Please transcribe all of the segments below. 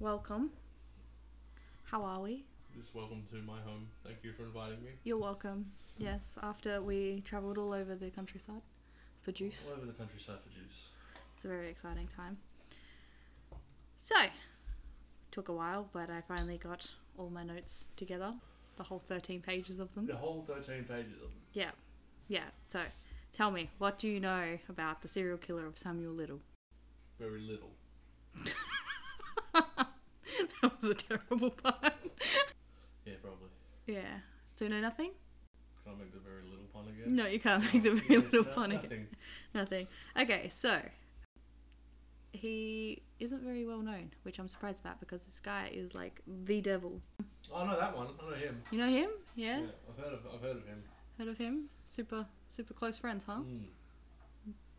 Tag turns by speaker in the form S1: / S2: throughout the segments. S1: welcome. How are we?
S2: Just welcome to my home. Thank you for inviting me.
S1: You're welcome. Yes, after we travelled all over the countryside for juice.
S2: All over the countryside for juice.
S1: It's a very exciting time. So, took a while, but I finally got all my notes together, the whole 13 pages of them.
S2: The whole 13 pages of them.
S1: Yeah. Yeah. So, tell me, what do you know about the serial killer of Samuel Little?
S2: Very little.
S1: that was a terrible pun.
S2: Yeah, probably.
S1: Yeah. So you know nothing?
S2: Can I make the very little pun again? Oh,
S1: No, you can't make the very
S2: Yeah,
S1: little
S2: no-
S1: pun again.
S2: nothing.
S1: Nothing. Okay, so he isn't very well known, which I'm surprised about because this guy is like the devil.
S2: Oh, I know that one. I know him.
S1: You know him? Yeah?
S2: I've heard of I've heard of him.
S1: Heard of him? Super, super close friends, huh?
S2: Mm.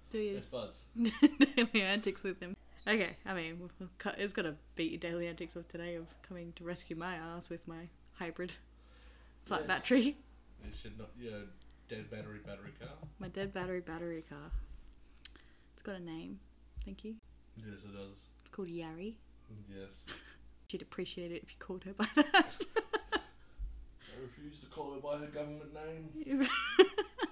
S1: Do you
S2: It's buds.
S1: daily antics with him? Okay, I mean, we'll- we'll cut- it's gonna beat your daily antics of today of coming to rescue my ass with my hybrid flat
S2: Yeah.
S1: battery,
S2: It should not. Yeah, dead battery battery car.
S1: my dead battery battery car. It's got a name. Thank you.
S2: Yes, it does.
S1: It's called Yari.
S2: Yes.
S1: She'd appreciate it if you called her by that.
S2: I refuse to call her by her government name.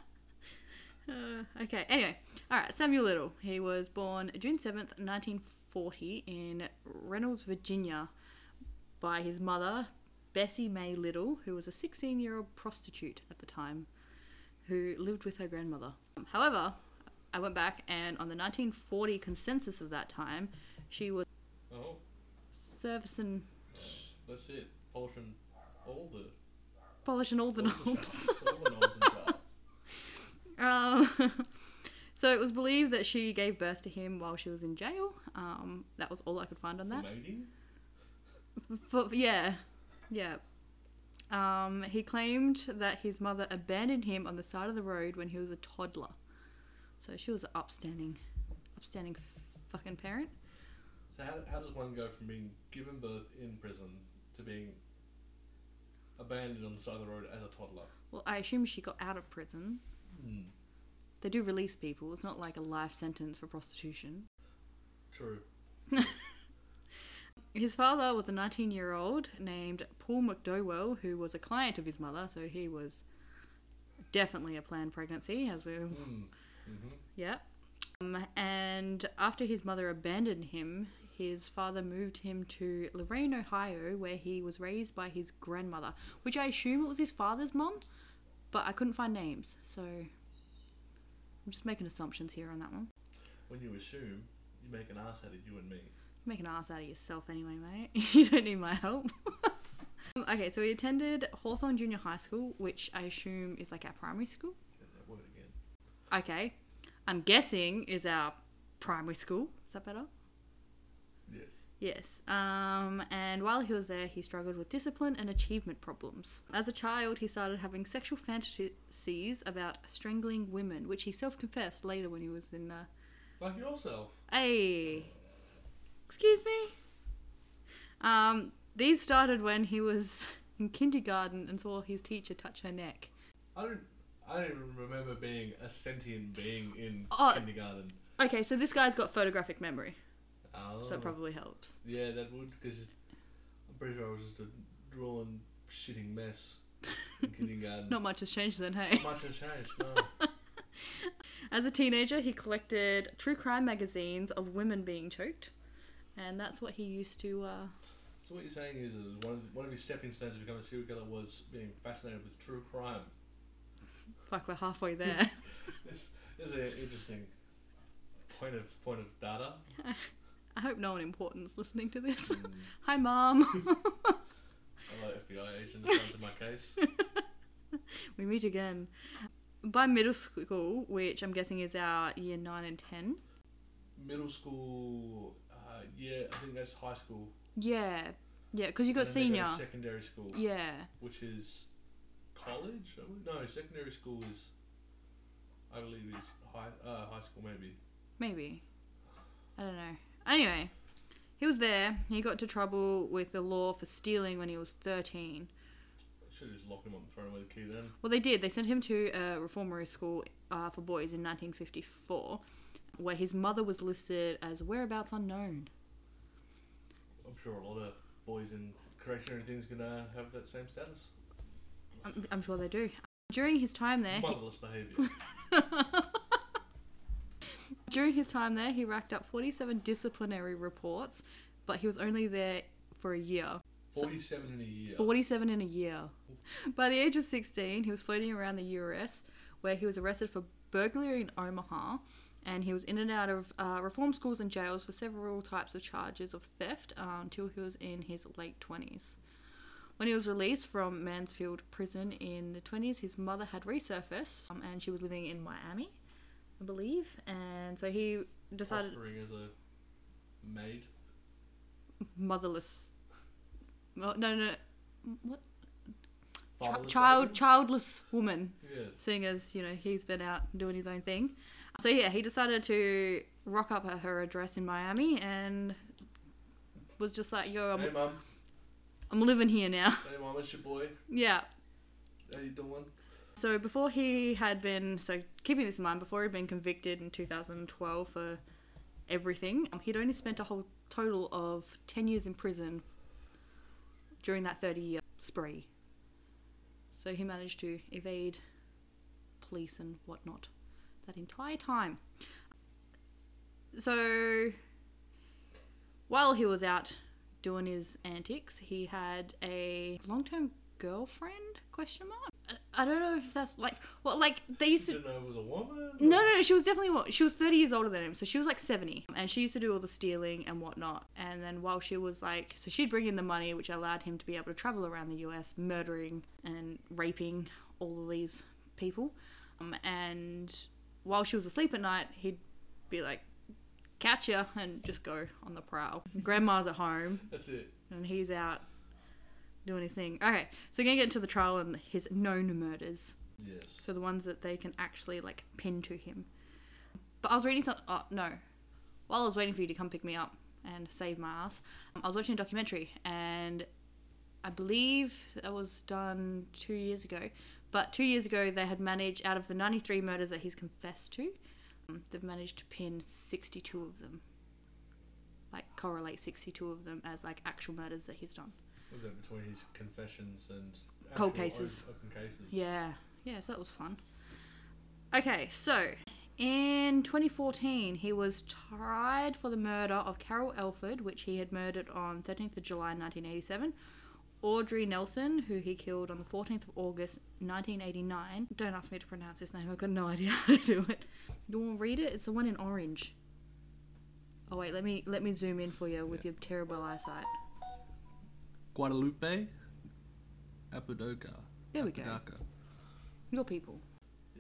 S1: Uh, okay, anyway. Alright, Samuel Little. He was born June 7th, 1940, in Reynolds, Virginia, by his mother, Bessie May Little, who was a 16 year old prostitute at the time, who lived with her grandmother. However, I went back and on the 1940 consensus of that time, she was
S2: Oh,
S1: servicing,
S2: that's it. Polishing all the
S1: polishing all the
S2: all the
S1: knobs.
S2: shafts, all the knobs and shafts.
S1: Um, so it was believed that she gave birth to him while she was in jail. Um, that was all I could find on
S2: For
S1: that.
S2: mating?
S1: For, yeah, yeah. Um, he claimed that his mother abandoned him on the side of the road when he was a toddler. So she was an upstanding, upstanding fucking parent.
S2: So how, how does one go from being given birth in prison to being abandoned on the side of the road as a toddler?
S1: Well, I assume she got out of prison.
S2: Hmm.
S1: They do release people. It's not like a life sentence for prostitution.
S2: True.
S1: His father was a 19 year old named Paul McDowell, who was a client of his mother, so he was definitely a planned pregnancy, as we.
S2: Mm. hmm
S1: Yep. Um, and after his mother abandoned him, his father moved him to Lorraine, Ohio, where he was raised by his grandmother, which I assume it was his father's mom, but I couldn't find names, so I'm just making assumptions here on that one.
S2: When you assume, you make an ass out of you and me.
S1: Make an ass out of yourself anyway, mate. you don't need my help. Um, okay, so he attended Hawthorne Junior High School, which I assume is like our primary school.
S2: Get that word again.
S1: Okay, I'm guessing is our primary school. Is that better?
S2: Yes.
S1: Yes. Um, and while he was there, he struggled with discipline and achievement problems. As a child, he started having sexual fantasies about strangling women, which he self confessed later when he was in. Uh...
S2: Like yourself.
S1: Hey! Excuse me? Um, these started when he was in kindergarten and saw his teacher touch her neck.
S2: I don't. I don't even remember being a sentient being in
S1: Oh.
S2: kindergarten.
S1: Okay, so this guy's got photographic memory,
S2: Oh.
S1: so it probably helps.
S2: Yeah, that would because I'm pretty sure I was just a drawn shitting mess in kindergarten.
S1: Not much has changed then, hey?
S2: Not much has changed. No.
S1: As a teenager, he collected true crime magazines of women being choked, and that's what he used to. Uh,
S2: So what you're saying is, is one, of, one of his stepping stones to become a serial killer was being fascinated with true crime.
S1: fuck, we're halfway there.
S2: This is an interesting point of point of data.
S1: I hope no one important's listening to this. Hi, mom.
S2: Hello FBI agent, answer my case.
S1: we meet again. By middle school, which I'm guessing is our year nine and ten.
S2: Middle school, uh, yeah, I think that's high school.
S1: Yeah, yeah, because you
S2: And
S1: got
S2: then they go
S1: senior.
S2: to secondary school,
S1: yeah,
S2: which is college. I would- No, secondary school is, I believe, is high uh, high school maybe.
S1: maybe. I don't know. Anyway, he was there. He got into trouble with the law for stealing when he was thirteen.
S2: Should have just locked him up and thrown away the key then.
S1: Well, they did. They sent him to a reformatory school uh, for boys in 1954, where his mother was listed as whereabouts unknown.
S2: I'm sure a lot of boys in correctional and things gonna have that same status.
S1: I'm, I'm sure they do. During his time there, he-
S2: Marvelous behaviour.
S1: During his time there, he racked up 47 disciplinary reports, but he was only there for a year.
S2: Forty-seven in a year.
S1: 47 in a year. By the age of 16, he was floating around the US, where he was arrested for burglary in Omaha, and he was in and out of uh, reform schools and jails for several types of charges of theft uh, until he was in his late 20s. When he was released from Mansfield Prison in the 20s, his mother had resurfaced, um, and she was living in Miami, I believe, and so he decided
S2: Offering as a maid.
S1: motherless. No, no, no. What? Chi-
S2: Fatherless
S1: child,
S2: behaviour?
S1: childless woman.
S2: Yes.
S1: seeing as you know he's been out doing his own thing. So yeah, he decided to rock up at her address in Miami and was just like, "Yo,
S2: Hey
S1: I'm,
S2: mum.
S1: I'm living here now."
S2: Hey mum, it's your boy.
S1: yeah.
S2: How you doing?
S1: So before he had been, so keeping this in mind, before he'd been convicted in 2012 for everything, um, he'd only spent a whole total of 10 years in prison during that 30 year spree. So he managed to evade police and whatnot that entire time. So while he was out doing his antics, he had a long term girlfriend question mark. I- I don't know if that's like well like they used to
S2: Didn't know it was a woman.
S1: no, no, no. She was definitely what she was thirty years older than him, so she was like seventy, and she used to do all the stealing and whatnot. And then while she was like, so she'd bring in the money, which allowed him to be able to travel around the U.S., murdering and raping all of these people. Um, and while she was asleep at night, he'd be like, "Catch ya," and just go on the prowl. Grandma's at home,
S2: That's it.
S1: and he's out doing his thing. Okay, so we're gonna get into the trial and his known murders.
S2: Yes.
S1: So the ones that they can actually like pin to him. But I was reading some. Oh no! While I was waiting for you to come pick me up and save my ass, um, I was watching a documentary, and I believe that was done two years ago. But two years ago, they had managed out of the 93 murders that he's confessed to, um, they've managed to pin 62 of them. Like correlate 62 of them as like actual murders that he's done.
S2: What was that between his confessions and
S1: Cold
S2: actual
S1: cases.
S2: o- Open cases.
S1: Yeah, yeah, so that was fun. Okay, so in 2014, he was tried for the murder of Carol Elford, which he had murdered on 13th of July 1987, Audrey Nelson, who he killed on the 14th of August 1989. Don't ask me to pronounce his name, I've got no idea how to do it. You want to read it? It's the one in orange. Oh wait, let me let me zoom in for you with your terrible eyesight.
S2: Guadalupe Apodaca.
S1: There we go. Your people.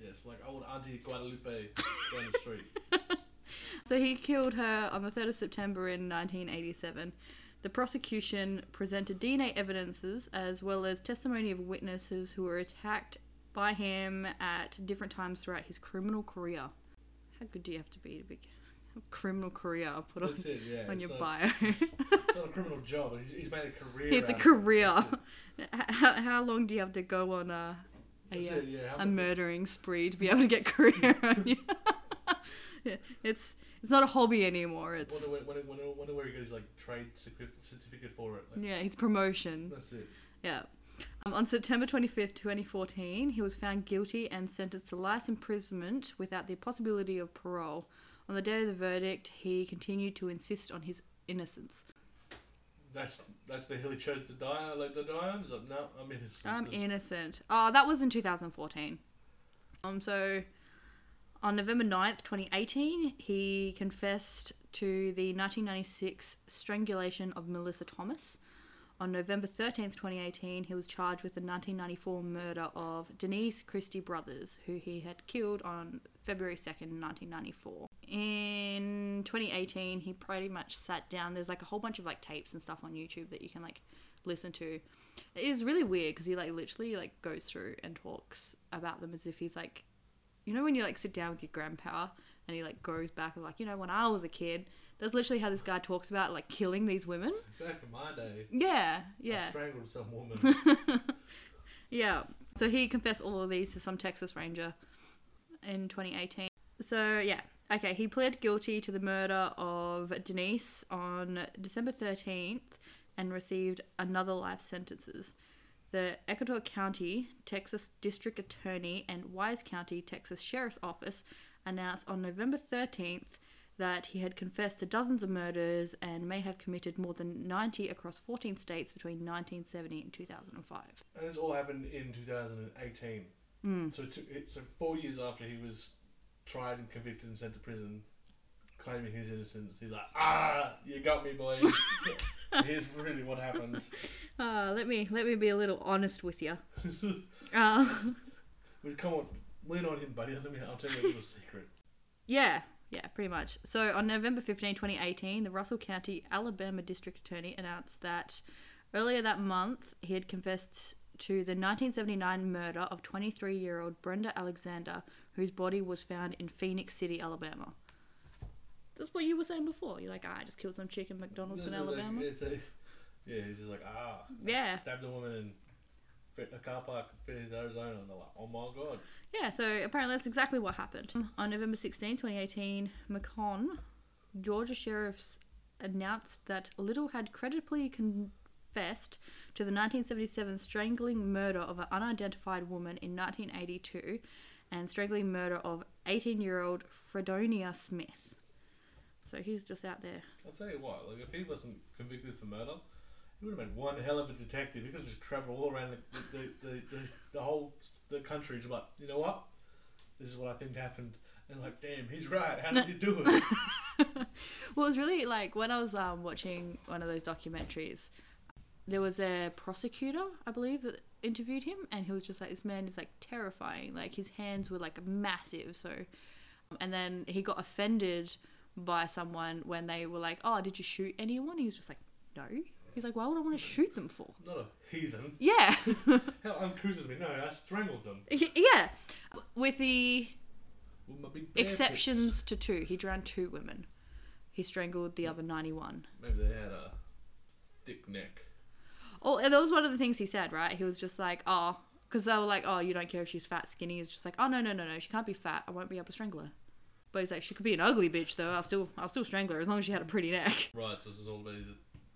S2: Yes, like old Auntie Guadalupe down the street.
S1: So he killed her on the 3rd of September in 1987. The prosecution presented DNA evidences as well as testimony of witnesses who were attacked by him at different times throughout his criminal career. How good do you have to be to be a criminal career? I'll put on,
S2: That's it, yeah.
S1: on
S2: it's
S1: your
S2: not,
S1: bio.
S2: It's not a criminal job. He's, he's made a career.
S1: it's a
S2: out of it.
S1: career.
S2: That's it.
S1: How, how long do you have to go on a, a,
S2: That's
S1: uh,
S2: it, yeah. How
S1: a
S2: mu-
S1: murdering spree to be able to get career on you? Yeah, it's it's not a hobby anymore. It's
S2: Wonder, where- wonder, wonder, wonder where he got his like trade certif- certificate for it. Like,
S1: Yeah, his promotion.
S2: That's it.
S1: Yeah. Um, on September 25th, 2014, he was found guilty and sentenced to life imprisonment without the possibility of parole. On the day of the verdict, he continued to insist on his innocence.
S2: That's that's the hill he chose to die on. Like to die on. He's like, no, I'm innocent.
S1: I'm Um, innocent. Oh, that was in 2014. Um, so on November 9th, 2018, he confessed to the 1996 strangulation of Melissa Thomas. On November 13th, 2018, he was charged with the 1994 murder of Denise Christie Brothers, who he had killed on February 2nd, 1994. In 2018, he pretty much sat down. There's like a whole bunch of like tapes and stuff on YouTube that you can like listen to. It is really weird because he like literally like goes through and talks about them as if he's like, you know, when you like sit down with your grandpa and he like goes back and like, you know, when I was a kid, that's literally how this guy talks about like killing these women.
S2: Back in my day,
S1: Yeah,
S2: I
S1: yeah.
S2: strangled some woman.
S1: Yeah. So he confessed all of these to some Texas Ranger in 2018. So yeah, Okay, he pled guilty to the murder of Denise on December 13th and received another life sentences. The Ecuador County, Texas District Attorney, and Wise County, Texas Sheriff's Office announced on November 13th that he had confessed to dozens of murders and may have committed more than 90 across 14 states between 1970 and 2005.
S2: And this all happened in 2018.
S1: Hmm.
S2: So, two, it, so four years after he was tried and convicted and sent to prison, claiming his innocence, he's like, ah, you got me, boys. Here's really what happened.
S1: Uh, let me let me be a little honest with you. Um,
S2: Well, come on, lean on him, buddy. Let me. I'll tell you a little secret.
S1: Yeah, yeah, pretty much. So on November 15, 2018, the Russell County, Alabama District Attorney announced that earlier that month he had confessed to the 1979 murder of 23 year old Brenda Alexander, whose body was found in Phoenix City, Alabama. That's what you were saying before. You're like, "Ah, I just killed some chicken McDonald's in
S2: It's like-
S1: Alabama.
S2: it's a- yeah, he's just like, ah.
S1: Yeah.
S2: Stabbed a woman in fit a car park in Arizona, and they're like, oh my god.
S1: Yeah, so apparently that's exactly what happened. On November 16, 2018, McCon, Georgia sheriffs announced that Little had credibly confessed to the 1977 strangling murder of an unidentified woman in 1982 and strangling murder of 18 year old Fredonia Smith. So he's just out there.
S2: I'll tell you what, like if he wasn't convicted for murder, he would have been one hell of a detective. He could have just traveled all around the the, the, the, the whole s- the country. Just like, you know what? This is what I think happened. And like, damn, he's right. How did you do it?
S1: Well, it was really like when I was um, watching one of those documentaries, there was a prosecutor, I believe, that interviewed him, and he was just like, "This man is like terrifying. Like his hands were like massive." So, um, and then he got offended by someone when they were like, "Oh, did you shoot anyone?" He was just like, "No." He's like, "Why would I want to shoot them for?"
S2: Not a heathen.
S1: Yeah,
S2: How uncouth of me. No, I strangled them
S1: yeah. With the
S2: with my big bare fists.
S1: exceptions to two, he drowned two women. He strangled the other ninety-one.
S2: Maybe they had a thick neck.
S1: Oh, and that was one of the things he said, right? He was just like, oh, because they were like, oh, you don't care if she's fat, skinny. He's just like, oh, no, no, no, no, she can't be fat. I won't be able to strangle her. But he's like, she could be an ugly bitch though. I'll still, I'll still strangle her as long as she had a pretty neck.
S2: Right, so this is all about his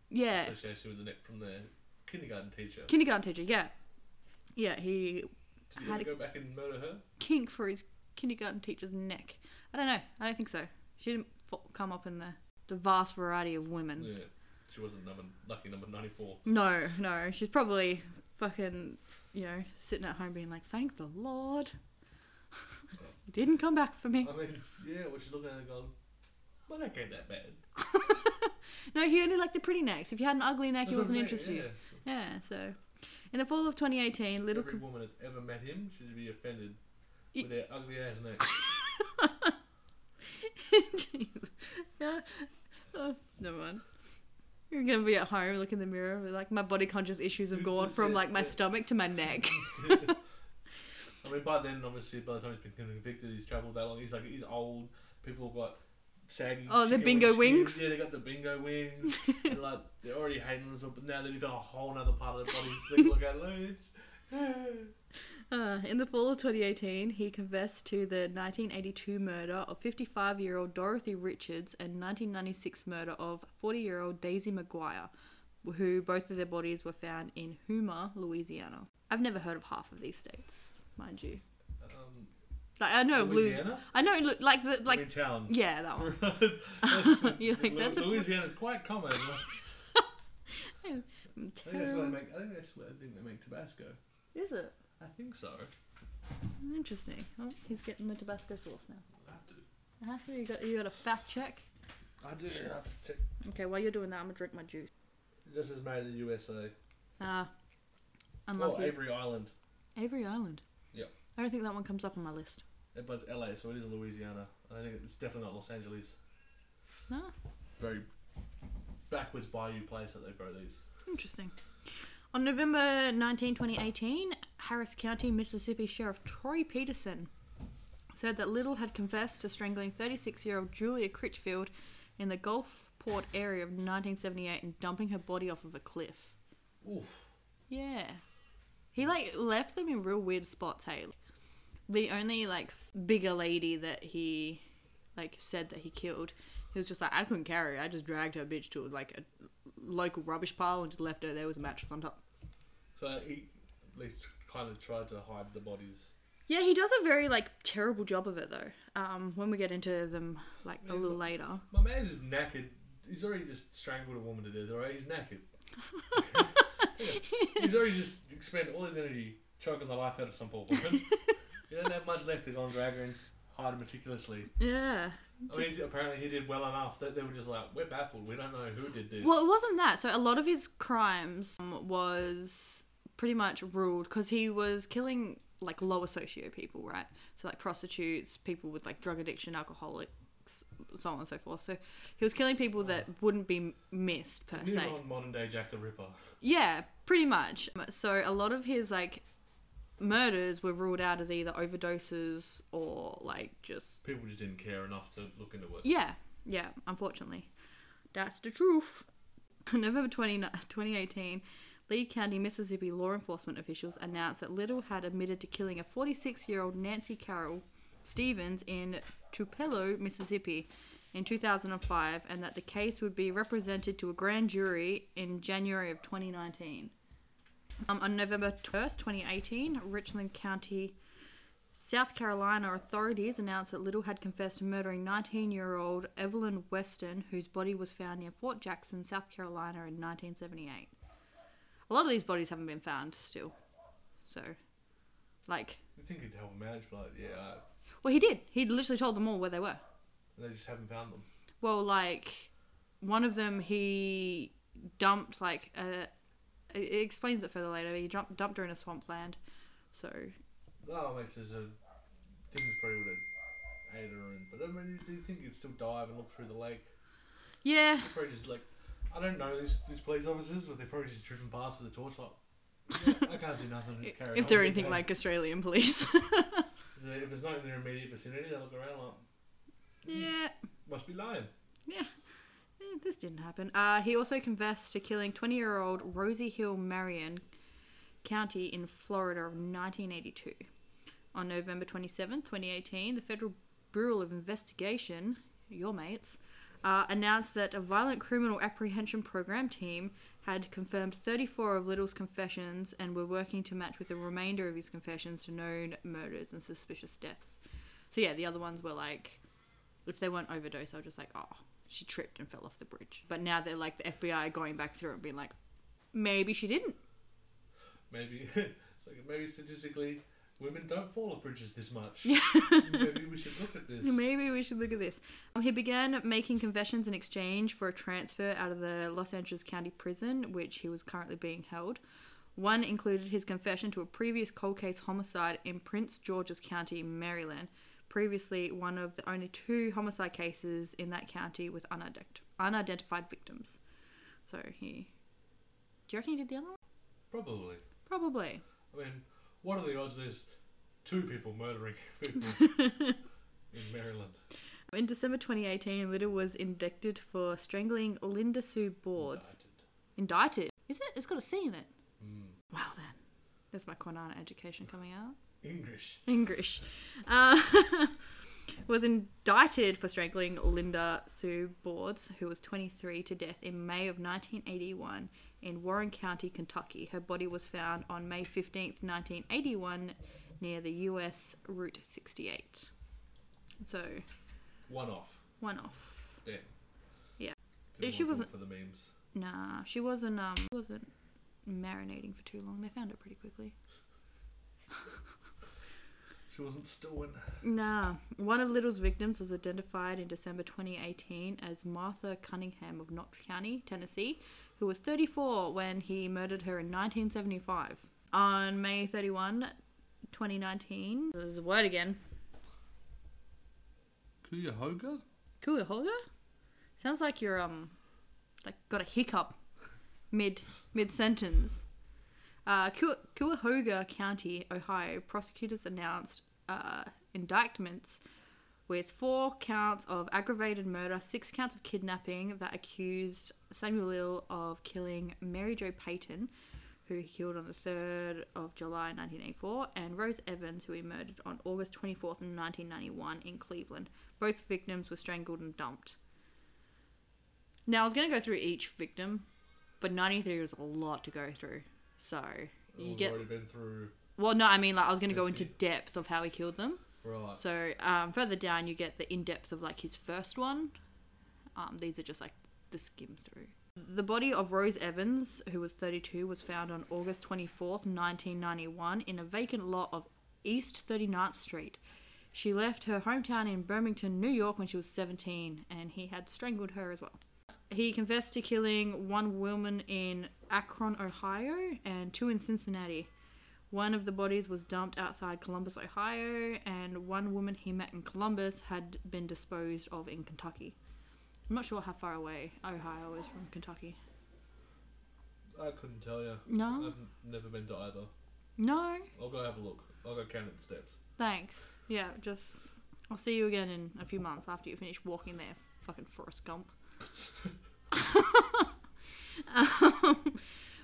S1: Yeah,
S2: association with the neck from their kindergarten teacher.
S1: kindergarten teacher. Yeah, yeah, he How
S2: Did he ever
S1: do-
S2: go back and murder her?
S1: kink for his kindergarten teacher's neck. I don't know. I don't think so. She didn't f- come up in the the vast variety of women.
S2: Yeah, she wasn't number lucky number ninety four.
S1: No, no, she's probably fucking, you know, sitting at home being like, thank the Lord. you didn't come back for me.
S2: I mean, yeah, well, she's looking at it going, my neck ain't that bad.
S1: No, he only liked the pretty necks. If you had an ugly neck,
S2: That's
S1: he
S2: what I'm
S1: wasn't
S2: saying,
S1: interested.
S2: yeah.
S1: Yeah, so. In the fall of 2018, Little.
S2: Every woman that's ever met him should be offended
S1: Y-
S2: with their ugly ass neck.
S1: Jeez. Yeah. Oh, never mind. You're gonna be at home, look in the mirror, and be like, my body conscious issues have gone
S2: That's
S1: from
S2: it,
S1: like my
S2: yeah.
S1: stomach to my neck.
S2: I mean, by then, obviously, by the time he's been convicted, he's travelled that long. He's like, he's old. People got saggy.
S1: Oh, the
S2: chicken
S1: bingo
S2: skin.
S1: wings?
S2: Yeah, they got the bingo wings. They're like, they're already hating themselves, but now they've got a whole other part of their body. They look at it. it's-
S1: Uh, in the fall of 2018, he confessed to the 1982 murder of 55 year old Dorothy Richards and 1996 murder of 40 year old Daisy McGuire, who both of their bodies were found in Houma, Louisiana. I've never heard of half of these states, mind you.
S2: Um,
S1: Like I know of Louis-
S2: Louisiana?
S1: I know, Lu- like the
S2: like,
S1: like.
S2: town.
S1: Yeah, that one. You're like, that's a-
S2: Louisiana's quite common. I think that's where they
S1: Terrible.
S2: make. I think that's where I think they make Tabasco.
S1: Is it
S2: I think so.
S1: interesting? Oh, he's getting the Tabasco sauce now.
S2: I have to.
S1: Uh-huh, you got you got a fact check.
S2: I do have to check.
S1: Okay, while you're doing that, I'm gonna drink my juice.
S2: This is made in the USA.
S1: Ah,
S2: Oh,
S1: unlucky.
S2: Avery Island.
S1: Avery Island.
S2: Yeah.
S1: I don't think that one comes up on my list.
S2: Eh, But it's LA, so it is Louisiana. I think it's definitely not Los Angeles.
S1: No.
S2: Very backwards bayou place that they grow these.
S1: Interesting. On November 19, 2018, Harris County, Mississippi Sheriff Troy Peterson said that Little had confessed to strangling 36 year old Julia Critchfield in the Gulfport area of 1978 and dumping her body off of a cliff.
S2: Oof.
S1: Yeah. He like left them in real weird spots, hey. The only like bigger lady that he like said that he killed, he was just like, I couldn't carry her. I just dragged her bitch to like a local rubbish pile and just left her there with a mattress on top.
S2: So he at least kind of tried to hide the bodies.
S1: Yeah, he does a very like terrible job of it though. Um, when we get into them like a
S2: Yeah,
S1: little
S2: but-
S1: later.
S2: My man's is knackered. He's already just strangled a woman to death, alright? He's knackered. He's already just expended all his energy choking the life out of some poor woman. he doesn't have much left to go and drag her and hide her meticulously.
S1: yeah.
S2: I mean, apparently he did well enough that they were just like, we're baffled. We don't know who did this.
S1: Well, it wasn't that. So a lot of his crimes um, was pretty much ruled because he was killing like lower socio people, right? So like prostitutes, people with like drug addiction, alcoholics, so on and so forth. So he was killing people that wouldn't be missed per
S2: New
S1: se.
S2: on modern day Jack the Ripper.
S1: Yeah, pretty much. So a lot of his like murders were ruled out as either overdoses or like just
S2: People just didn't care enough to look into it.
S1: yeah, yeah, unfortunately. That's the truth. November 20, 2018, Lee County, Mississippi law enforcement officials announced that Little had admitted to killing a 46 year old Nancy Carroll Stevens in Tupelo, Mississippi in 2005 and that the case would be represented to a grand jury in January of 2019. Um, on November 1st, 2018, Richland County South Carolina authorities announced that Little had confessed to murdering 19 year old Evelyn Weston, whose body was found near Fort Jackson, South Carolina in 1978. A lot of these bodies haven't been found still. So, like,
S2: You think he'd help him out, but like, yeah, alright.
S1: well, he did. He literally told them all where they were.
S2: And they just haven't found them.
S1: Well, like, one of them he dumped, like, uh, it it explains it further later. He dumped, dumped her in a swampland. So,
S2: Oh, makes sense. Uh, Timmons probably would have ate her, and, but I mean, do you think you'd still dive and look through the lake?
S1: yeah.
S2: Probably just like, I don't know these, these police officers, but they're probably just driven past with a torchlight. Yeah, I can't see nothing. just carry
S1: If
S2: on.
S1: they're anything
S2: Okay.
S1: like Australian police.
S2: If there- if there's not in their immediate vicinity, they look around like,
S1: yeah.
S2: must be lying.
S1: Eh, This didn't happen. Uh, he also confessed to killing 20 year old Rosie Hill Marion County in Florida of 1982. On November 27, 2018, the Federal Bureau of Investigation, your mates, uh, announced that a violent criminal apprehension program team had confirmed 34 of Little's confessions and were working to match with the remainder of his confessions to known murders and suspicious deaths. So, yeah, the other ones were like if they weren't overdose, I was just like, oh, she tripped and fell off the bridge. But now they're like the FBI are going back through it and being like, maybe she didn't.
S2: Maybe, it's like, maybe statistically, women don't fall off bridges this much.
S1: Yeah.
S2: maybe we should look at this.
S1: maybe we should look at this. Um, he began making confessions in exchange for a transfer out of the Los Angeles County Prison, which he was currently being held. One included his confession to a previous cold case homicide in Prince George's County, Maryland, previously one of the only two homicide cases in that county with unident- unidentified victims. So he. Do you reckon he did the other one?
S2: Probably.
S1: Probably.
S2: I mean, what are the odds there's two people murdering people in Maryland?
S1: In December 2018, Little was indicted for strangling Linda Sue Boards. Indicted? Is it? It's got a C in it.
S2: Mm.
S1: Well then. There's my Quinana education coming out.
S2: English.
S1: English. Uh, was indicted for strangling Linda Sue Boards, who was 23, to death in May of 1981 in Warren County, Kentucky. Her body was found on May 15th, 1981, near the US Route 68. So,
S2: One off.
S1: one off.
S2: Damn.
S1: Yeah.
S2: Didn't
S1: She
S2: want to
S1: wasn't-
S2: look for the memes.
S1: Nah, she wasn't um she wasn't marinating for too long. They found it pretty quickly.
S2: She wasn't stolen.
S1: Nah, one of Little's victims was identified in December 2018 as Martha Cunningham of Knox County, Tennessee, who was 34 when he murdered her in 1975. On May 31, 2019, there's a word again.
S2: Cuyahoga?
S1: Cuyahoga? Sounds like you're um like got a hiccup mid mid sentence. Uh, Cu- Cuyahoga County, Ohio, prosecutors announced uh, indictments with four counts of aggravated murder, six counts of kidnapping that accused Samuel Lill of killing Mary Jo Payton, who he killed on the 3rd of July 1984, and Rose Evans, who he murdered on August 24th, 1991, in Cleveland. Both victims were strangled and dumped. Now, I was going to go through each victim, but 93 was a lot to go through. So, you
S2: We've
S1: get.
S2: already been through.
S1: Well, no, I mean, like, I was going to go
S2: Okay.
S1: into depth of how he killed them.
S2: Right.
S1: So um, further down, you get the in depth of like his first one. Um, these are just like the skim through. The body of Rose Evans, who was 32, was found on August 24th, 1991, in a vacant lot of East 39th Street. She left her hometown in Birmingham, New York, when she was 17, and he had strangled her as well. He confessed to killing one woman in Akron, Ohio, and two in Cincinnati. One of the bodies was dumped outside Columbus, Ohio, and one woman he met in Columbus had been disposed of in Kentucky. I'm not sure how far away Ohio is from Kentucky.
S2: I couldn't tell you.
S1: No?
S2: I've never been to either.
S1: No?
S2: I'll go have a look. I'll go count its steps.
S1: Thanks. Yeah, just. I'll see you again in a few months after you finish walking there, fucking Forrest Gump. um,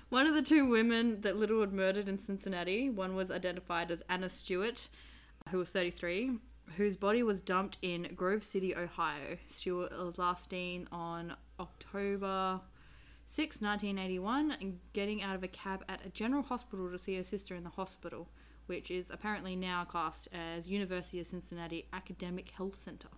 S1: one of the two women that Little had murdered in Cincinnati, one was identified as Anna Stewart, who was 33, whose body was dumped in Grove City, Ohio. Stewart was last seen on October 6, 1981, and getting out of a cab at a general hospital to see her sister in the hospital, which is apparently now classed as University of Cincinnati Academic Health Center.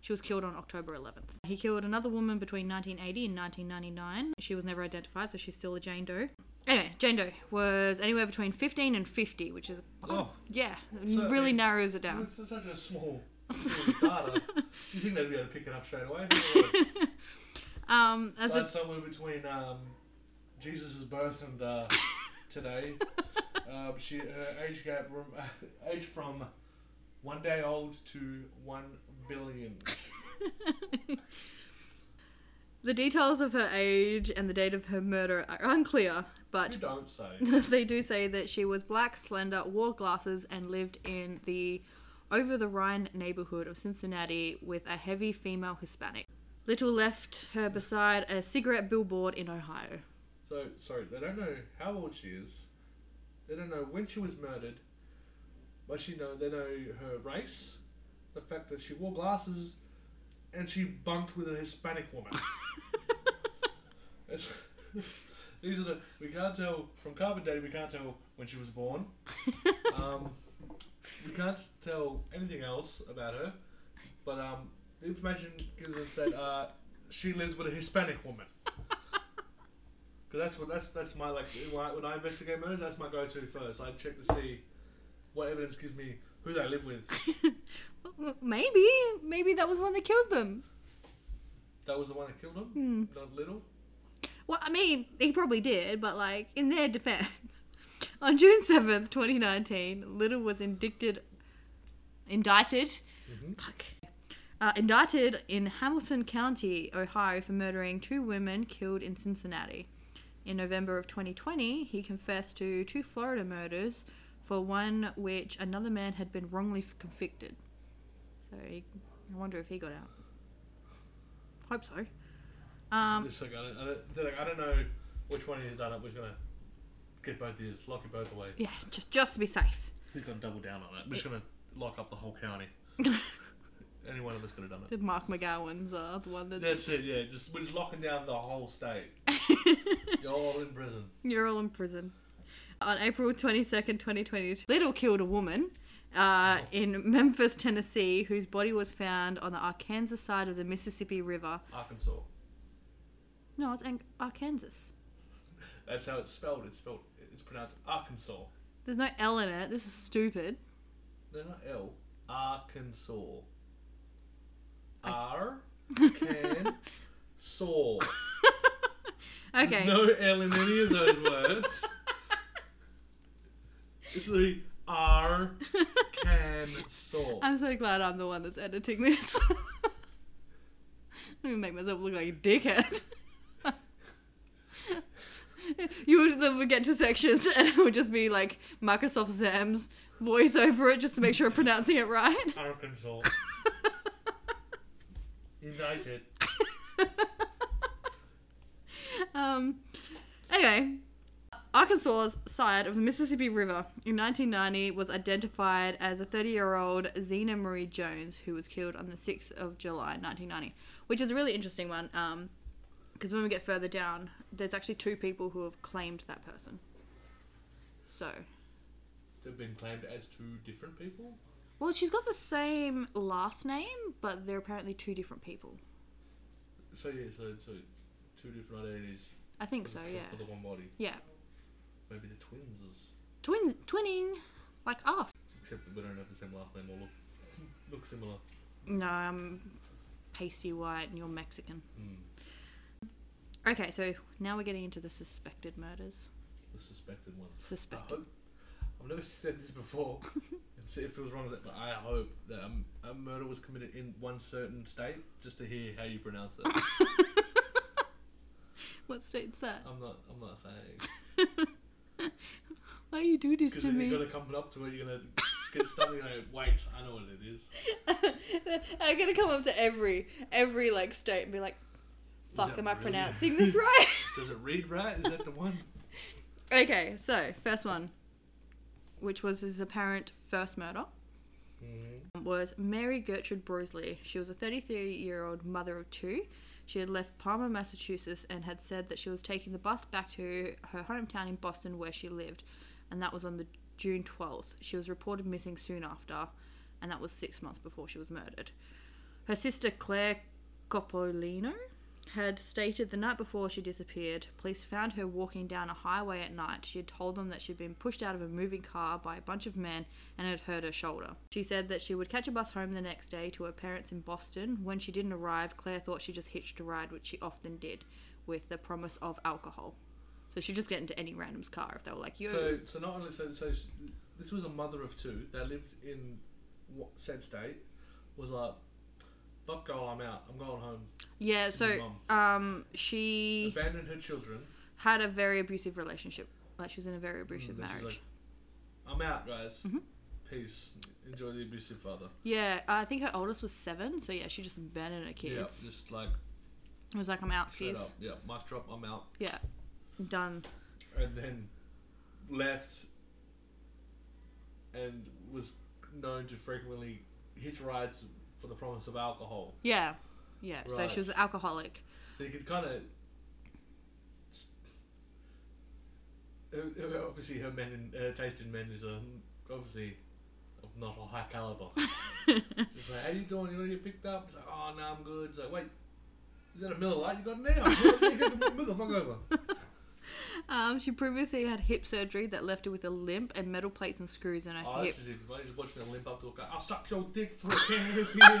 S1: She was killed on October 11th. He killed another woman between 1980 and 1999. She was never identified, so she's still a Jane Doe. Anyway, Jane Doe was anywhere between 15 and 50, which is quite,
S2: Oh.
S1: yeah,
S2: So,
S1: really
S2: I mean,
S1: narrows it down.
S2: It's such a small small data. You think they'd be able to pick it up straight away? Who knows?
S1: Um, as
S2: Died
S1: a,
S2: somewhere between um, Jesus' birth and uh, today. um, she her age gap from age from one day old to one billion.
S1: the details of her age and the date of her murder are unclear, but
S2: You don't say.
S1: they do say that she was black, slender, wore glasses, and lived in the over the Rhine neighborhood of Cincinnati with a heavy female Hispanic. Little left her beside a cigarette billboard in Ohio.
S2: So sorry, they don't know how old she is. They don't know when she was murdered. But she know they know her race, the fact that she wore glasses, and she bunked with a Hispanic woman. It's- These are the we can't tell from carbon dating. We can't tell when she was born. um, we can't tell anything else about her. But um, the information gives us that uh, she lives with a Hispanic woman. Because that's what that's that's my like when I, when I investigate murders, that's my go-to first. I check to see what evidence gives me who they live with.
S1: maybe, maybe that was when they killed them.
S2: That was the one that killed him,
S1: Hmm.
S2: not Little.
S1: Well, I mean, he probably did, but like in their defense, on June seventh, twenty nineteen, Little was indicted, indicted,
S2: Mhm.
S1: fuck, uh, indicted in Hamilton County, Ohio, for murdering two women killed in Cincinnati. In November of 2020, he confessed to two Florida murders, for one which another man had been wrongly convicted. So he, I wonder if he got out. Hope so. Um,
S2: Just like I don't, I don't, they're like, I don't know which one he's done it. We're just gonna get both ears, lock it both away.
S1: Yeah, just just to be safe.
S2: He's gonna double down on it. We're just gonna lock up the whole county. Any one of us could have done it.
S1: The Mark McGowan's are the one that's.
S2: That's it. Yeah, just we're just locking down the whole state. You're all in prison.
S1: You're all in prison. On April 22nd, 2022, Little killed a woman uh, in Memphis, Tennessee, whose body was found on the Arkansas side of the Mississippi River.
S2: Arkansas.
S1: No, it's An- Arkansas.
S2: That's how it's spelled. It's spelled. It's pronounced Arkansas.
S1: There's no L in it. This is stupid.
S2: No, not L. Arkansas. R. Can. Saw.
S1: Okay.
S2: No L in any of those words. It's the R. Can. Saw.
S1: I'm so glad I'm the one that's editing this. I'm gonna make myself look like a dickhead. you would then we get to sections and it would just be like Microsoft Zam's voice over it just to make sure I'm pronouncing it right.
S2: Arkansas. United.
S1: um, anyway, Arkansas's side of the Mississippi River in 1990 was identified as a 30 year old Zena Marie Jones who was killed on the 6th of July 1990, which is a really interesting one because when we get further down, there's actually two people who have claimed that person. So,
S2: They've been claimed as two different people.
S1: well, she's got the same last name, but they're apparently two different people.
S2: So yeah, so, so two different identities.
S1: I think
S2: for
S1: so,
S2: the,
S1: yeah.
S2: For the one body.
S1: Yeah.
S2: Maybe the twins is.
S1: Twin, twinning, like ah, us.
S2: Except that we don't have the same last name or look look similar.
S1: No, I'm pasty white and you're Mexican.
S2: Hmm.
S1: Okay, so now we're getting into the suspected murders.
S2: The suspected ones. I
S1: Suspected.
S2: hope. I've never said this before, and see if it was wrong. But I hope that um, a murder was committed in one certain state, just to hear how you pronounce it.
S1: What state's that?
S2: I'm not. I'm not saying.
S1: Why you do this
S2: Oh. Because
S1: to
S2: if
S1: me?
S2: you're gonna come up to it, you're gonna get something like, wait, I know what it is.
S1: I'm gonna come up to every every like state and be like, "Fuck,
S2: that
S1: am I
S2: really-
S1: pronouncing this right?"
S2: Does it read right? Is that the one?
S1: okay, so first one, which was his apparent first murder,
S2: Mm-hmm.
S1: was Mary Gertrude Brosley. She was a 33-year-old mother of two. She had left Palmer, Massachusetts, and had said that she was taking the bus back to her hometown in Boston, where she lived, and that was on the June 12th. She was reported missing soon after, and that was six months before she was murdered. Her sister Claire Coppolino had stated the night before she disappeared, police found her walking down a highway at night. She had told them that she'd been pushed out of a moving car by a bunch of men and had hurt her shoulder. She said that she would catch a bus home the next day to her parents in Boston. When she didn't arrive, Claire thought she just hitched a ride, which she often did, with the promise of alcohol. So she'd just get into any random's car if they were like, yo.
S2: So, so not only so, so she, this was a mother of two. They lived in what said state. Was like, fuck, girl, I'm out. I'm going home.
S1: yeah,
S2: to my
S1: so
S2: mum."
S1: um, she
S2: abandoned her children.
S1: had a very abusive relationship. Like she was in a very abusive
S2: Mm,
S1: marriage.
S2: she's like, I'm out, guys. Peace. Enjoy the abusive father.
S1: Yeah, I think her oldest was seven, so yeah, she just abandoned her kids.
S2: Yeah, just like
S1: It was like, I'm out,
S2: straight
S1: skis.
S2: up. Yeah, mic drop. I'm out,
S1: Yeah, done.
S2: and then left, and was known to frequently hitch rides for the promise of alcohol.
S1: Yeah, yeah. So
S2: Right.
S1: she was an alcoholic.
S2: So you could kind of. Obviously, her men, in, her taste in men is um, obviously of not a high caliber. It's like, how you doing? You want to get picked up? It's like, oh, no, I'm good. It's like, wait, is that a Miller Lite you got now? Move the fuck over.
S1: um, she previously had hip surgery that left her with a limp and metal plates and screws in her
S2: Oh,
S1: hip.
S2: that's just it. Like, just watching her limp up to a car. I'll suck your dick for a can of beer.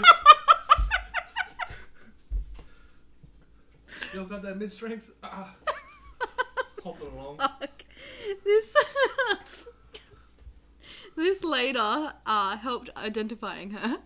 S2: Still got that mid strength? Ah. Hopping along.
S1: Fuck. This. this later uh, helped identifying her.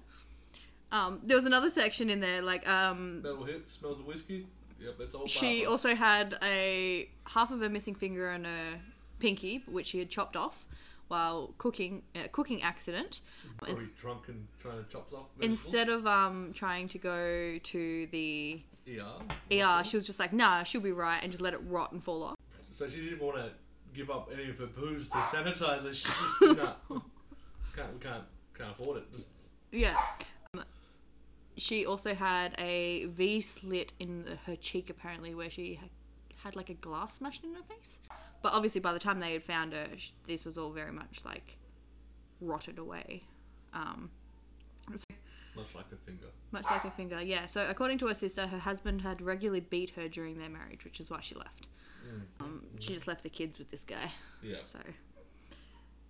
S1: Um, there was another section in there, like um,
S2: Metal hip, smells of whiskey. Yep, that's all.
S1: She
S2: Barbara.
S1: also had a half of her missing finger and a pinky, which she had chopped off while cooking a cooking accident.
S2: Probably drunk and trying to chop off.
S1: Instead of um, trying to go to the
S2: vegetables. ER.
S1: ER, she was just like, "Nah, she'll be right," and just let it rot and fall off.
S2: So she didn't want to give up any of her booze
S1: Ah.
S2: to sanitize her. She just nah, can't, we can't, can't afford it. Just
S1: Yeah. Um, She also had a V slit in the- her cheek, apparently, where she ha- had like a glass smashed in her face. But obviously, by the time they had found her, sh- this was all very much like rotted away. Um,
S2: much like a finger.
S1: much like her finger, yeah. So, according to her sister, her husband had regularly beat her during their marriage, which is why she left.
S2: Mm.
S1: Um, she just left the kids with this guy.
S2: Yeah.
S1: So,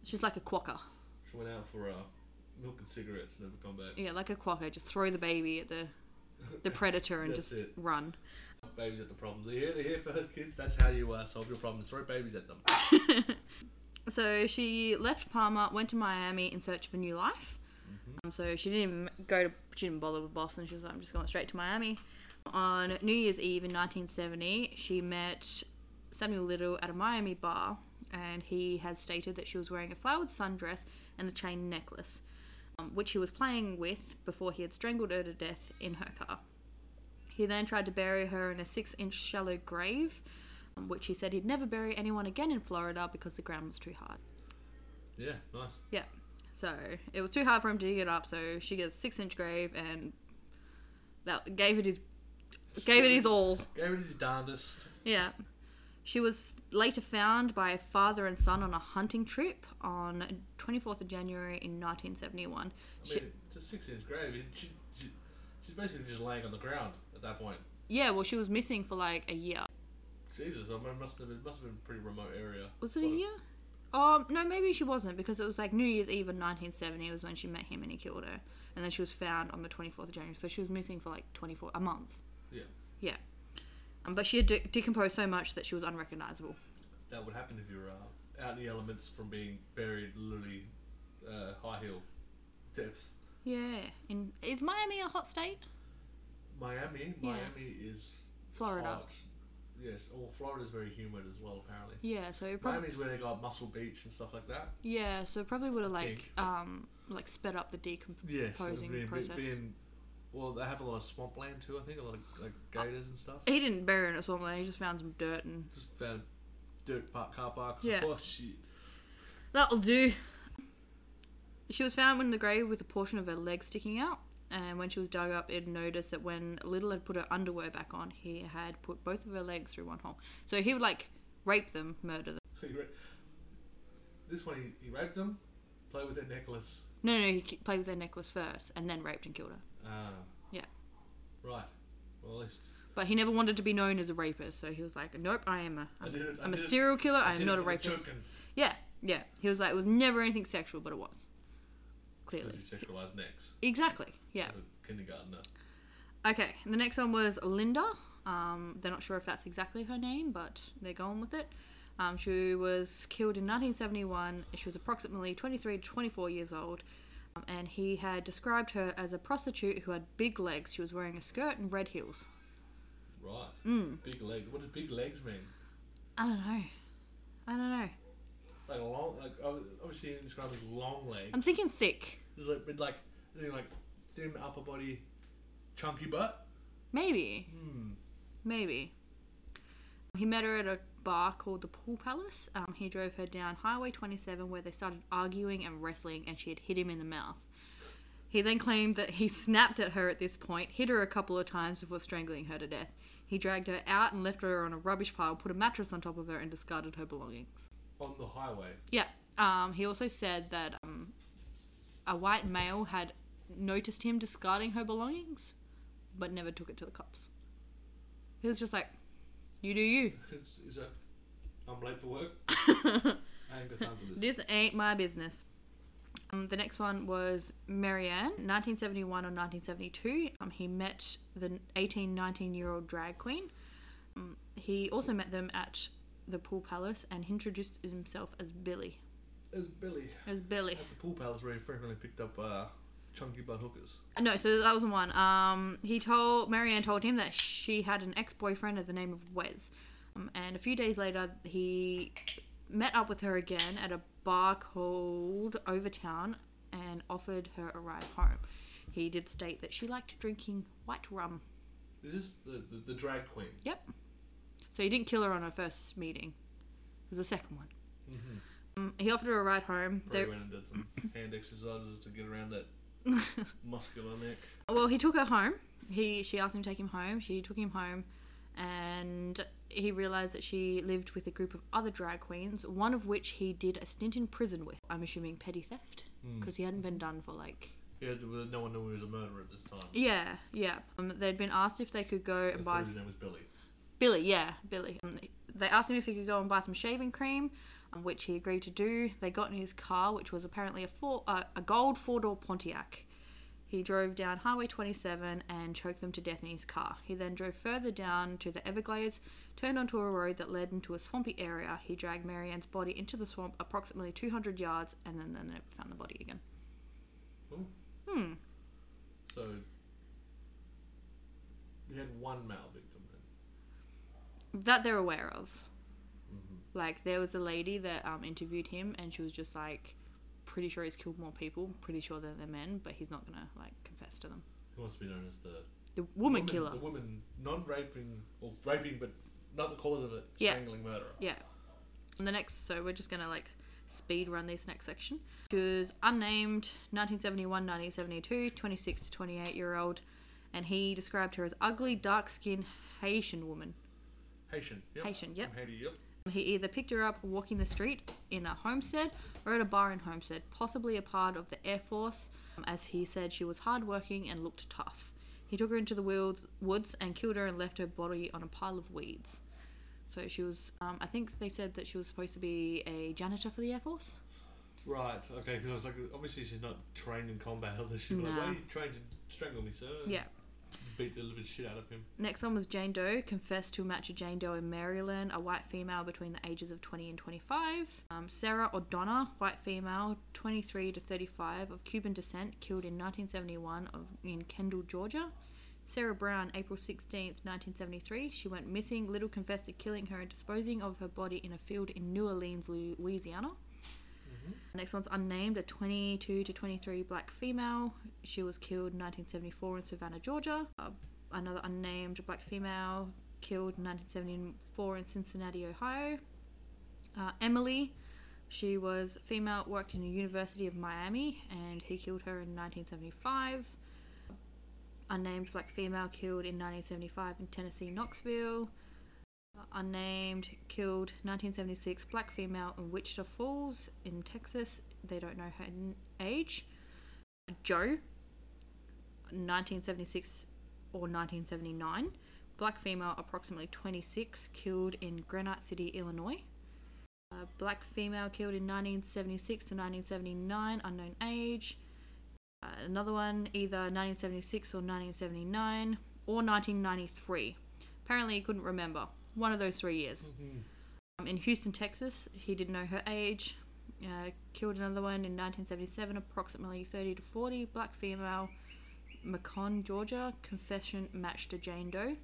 S1: she's like a quokka.
S2: She went out for uh, milk and cigarettes, never come back.
S1: Yeah, like a quokka. Just throw the baby at the, the predator and
S2: That's
S1: just
S2: it.
S1: run.
S2: Babies at the problems. They're here, they're here first, kids. That's how you uh, solve your problems. Throw babies at them.
S1: So she left Parma, went to Miami in search of a new life. Um, so she didn't even go to, she didn't bother with Boston. She was like, I'm just going straight to Miami. On New Year's Eve in 1970, she met Samuel Little at a Miami bar, and he had stated that she was wearing a flowered sundress and a chain necklace, um, which he was playing with before he had strangled her to death in her car. He then tried to bury her in a six inch shallow grave um, which he said he'd never bury anyone again in Florida because the ground was too hard.
S2: Yeah, nice.
S1: Yeah. So it was too hard for him to dig it up, so she gets a six inch grave and that gave it his gave it his all.
S2: Gave it his darndest.
S1: Yeah. She was later found by father and son on a hunting trip on 24th of January in 1971.
S2: I
S1: She,
S2: mean, it's a six inch grave. She, she, she's basically just laying on the ground at that point.
S1: yeah, well, she was missing for like a year.
S2: Jesus, I mean, it must have been, must have been a pretty remote area.
S1: Was it a
S2: Sort of-
S1: year? Um, no, maybe she wasn't because it was like New Year's Eve in 1970 was when she met him and he killed her, and then she was found on the 24th of January. So she was missing for like 24 a month.
S2: Yeah.
S1: Yeah. Um, but she had de- decomposed so much that she was unrecognizable.
S2: That would happen if you were uh, out in the elements from being buried literally uh, high hill depth.
S1: Yeah. In is Miami a hot state?
S2: Miami,
S1: Yeah.
S2: Miami is
S1: Florida.
S2: hot. Yes, well, Florida's very humid as well, apparently.
S1: Yeah. So it probably
S2: Miami's where they got Muscle Beach and stuff like that.
S1: yeah. So it probably would have like
S2: Pink.
S1: um like sped up the decomposing
S2: Yes, it'd be- be-
S1: process.
S2: being- well, they have a lot of swampland too. I think a lot of like gators and stuff.
S1: He didn't bury her in a swampland. He just found some dirt and
S2: Just found dirt park car park.
S1: Yeah.
S2: Oh shit.
S1: That'll do. She was found in the grave with a portion of her leg sticking out, and when she was dug up, it noticed that when Little had put her underwear back on, he had put both of her legs through one hole. So he would like rape them, murder them.
S2: So he ra- this one he, he raped them, played with their necklace.
S1: No, no, he ki- played with their necklace first, and then raped and killed her.
S2: Uh,
S1: Yeah.
S2: Right. Well, at least
S1: But he never wanted to be known as a rapist, so he was like, "Nope, I am a,
S2: I
S1: I'm,
S2: did it- I
S1: I'm a
S2: did it-
S1: serial killer. I,
S2: I
S1: am
S2: did
S1: not a
S2: it for the
S1: rapist."
S2: children.
S1: Yeah, yeah. He was like, "It was never anything sexual, but it was." Clearly,
S2: Because you sexualise necks
S1: exactly. Yeah.
S2: as a kindergartner.
S1: Okay, the next one was Linda. Um, they're not sure if that's exactly her name, but they're going with it. Um, she was killed in 1971. She was approximately 23 to 24 years old, um, and he had described her as a prostitute who had big legs. She was wearing a skirt and red heels. Hmm.
S2: Right. Big legs. What does big legs mean?
S1: I don't know. I don't know.
S2: Like a long, like ob- obviously you describe as long legs.
S1: I'm thinking thick,
S2: There's like been like, you know, like thin upper body, chunky butt.
S1: maybe.
S2: Hmm.
S1: Maybe. He met her at a bar called the Pool Palace. Um, he drove her down Highway 27 where they started arguing and wrestling, and she had hit him in the mouth. He then claimed that he snapped at her at this point, hit her a couple of times before strangling her to death. He dragged her out and left her on a rubbish pile, put a mattress on top of her, and discarded her belongings.
S2: On the highway.
S1: Yeah. Um, he also said that um, a white male had noticed him discarding her belongings, but never took it to the cops. He was just like, "You do you.
S2: Is, is that? I'm late for work. I ain't got time for this.
S1: This ain't my business." Um, the next one was Marianne, 1971 or 1972. Um, he met the 18, 19 year old drag queen. Um, he also met them at the Pool Palace and he introduced himself as Billy.
S2: There's Billy
S1: As Billy.
S2: at the pool palace where he frequently picked up uh, chunky butt hookers.
S1: No, so that was one. Um, he told Marianne told him that she had an ex-boyfriend of the name of Wes, um, and a few days later he met up with her again at a bar called Overtown and offered her a ride home. He did state that she liked drinking white rum.
S2: Is this the, the, the drag queen?
S1: Yep. So he didn't kill her on her first meeting. It was the second one.
S2: Mm-hmm.
S1: Um, he offered her a ride home.
S2: Probably
S1: They-
S2: went and did some hand exercises to get around that muscular neck.
S1: Well, he took her home. He she asked him to take him home. She took him home, and he realized that she lived with a group of other drag queens. One of which he did a stint in prison with. I'm assuming petty theft because he hadn't been done for like.
S2: Yeah, there was- no one knew he was a murderer at this time.
S1: Yeah, yeah. Um, they'd been asked if they could go
S2: They
S1: and
S2: thought
S1: buy
S2: his name was Billy.
S1: Billy. Yeah, Billy. Um, they asked him if he could go and buy some shaving cream, um, which he agreed to do. They got in his car, which was apparently a four uh, a gold four door Pontiac. He drove down Highway 27 and choked them to death in his car. He then drove further down to the Everglades, turned onto a road that led into a swampy area. He dragged Marianne's body into the swamp approximately 200 yards and then, then never found the body again. Hmm.
S2: So he had one male victim. Then.
S1: that they're aware of.
S2: Mm-hmm.
S1: Like there was a lady that um, interviewed him, and she was just like, pretty sure he's killed more people. Pretty sure they're the men, but he's not gonna like confess to them.
S2: He wants to be known as the
S1: The woman,
S2: woman-
S1: killer.
S2: The woman non-raping or raping but not the cause of it.
S1: Yeah.
S2: Strangling murderer.
S1: Yeah. And the next, so we're just gonna like speed run this next section, which is unnamed 1971 1972 26 to 28 year old, and he described her as ugly, dark skinned Haitian woman.
S2: Haitian. Yep.
S1: Haitian, yep.
S2: From Haiti. Yep.
S1: He either picked her up walking the street in a homestead or at a bar in Homestead, possibly a part of the Air Force, Um, as he said she was hardworking and looked tough. He took her into the wilds- woods and killed her and left her body on a pile of weeds. So she was, um, I think they said that she was supposed to be a janitor for the Air Force.
S2: Right. Okay. Because I was like, obviously she's not trained in combat. Other she's like, why
S1: Nah.
S2: are you trying to strangle me, sir? And
S1: Yeah.
S2: Beat the living shit out of him.
S1: Next one was Jane Doe, confessed to a match of Jane Doe in Maryland, a white female between the ages of 20 and 25. Um, Sarah O'Donnell, white female, 23 to 35, of Cuban descent, killed in 1971 of, in Kendall, Georgia. Sarah Brown, April 16th, 1973. She went missing. Little confessed to killing her and disposing of her body in a field in New Orleans, Lu- Louisiana. Next one's unnamed, a 22 to 23 black female. She was killed 1974 in Savannah, Georgia. Uh, another unnamed black female killed 1974 in Cincinnati, Ohio. Uh, Emily, she was female, worked in the University of Miami, and he killed her in 1975. Unnamed black female killed in 1975 in Tennessee, Knoxville. Uh, Unnamed killed 1976 black female in Wichita Falls in Texas. They don't know her n- age. Joe, 1976 or 1979, black female, approximately 26, killed in Granite City, Illinois. Uh, black female killed in 1976 to 1979, unknown age. Uh, another one, either 1976 or 1979 or 1993. Apparently, he couldn't remember. One of those three years. Um, in Houston, Texas, he didn't know her age. Uh, killed another one in 1977, approximately 30 to 40, black female, Macon, Georgia. Confession matched to Jane Doe.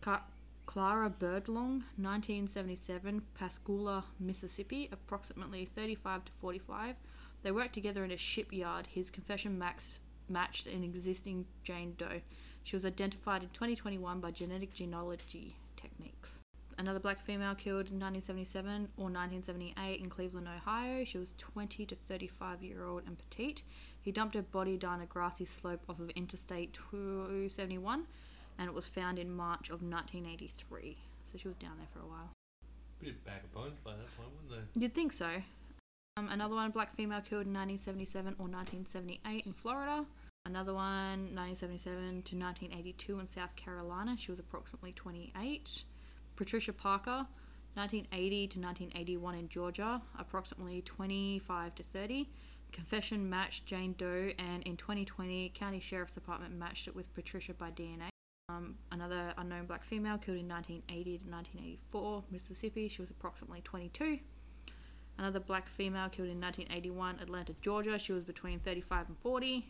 S1: Ca- Clara Birdlong, 1977, Pascagoula, Mississippi, approximately 35 to 45. They worked together in a shipyard. His confession max- matched an existing Jane Doe. She was identified in 2021 by genetic genealogy techniques. Another black female killed in 1977 or 1978 in Cleveland, Ohio. She was 20 to 35 year old and petite. He dumped her body down a grassy slope off of Interstate 271 and it was found in March of 1983. So she was down there for a while.
S2: Be a bag of bones by that point, wouldn't they?
S1: You'd think so. Um, another one, black female killed in 1977 or 1978 in Florida. Another one, 1977 to 1982 in South Carolina. She was approximately 28. Patricia Parker, 1980 to 1981 in Georgia, approximately 25 to 30. Confession matched Jane Doe, and in 2020, County Sheriff's Department matched it with Patricia by DNA. Um, another unknown black female killed in 1980 to 1984, Mississippi. She was approximately 22. Another black female killed in 1981, Atlanta, Georgia. She was between 35 and 40.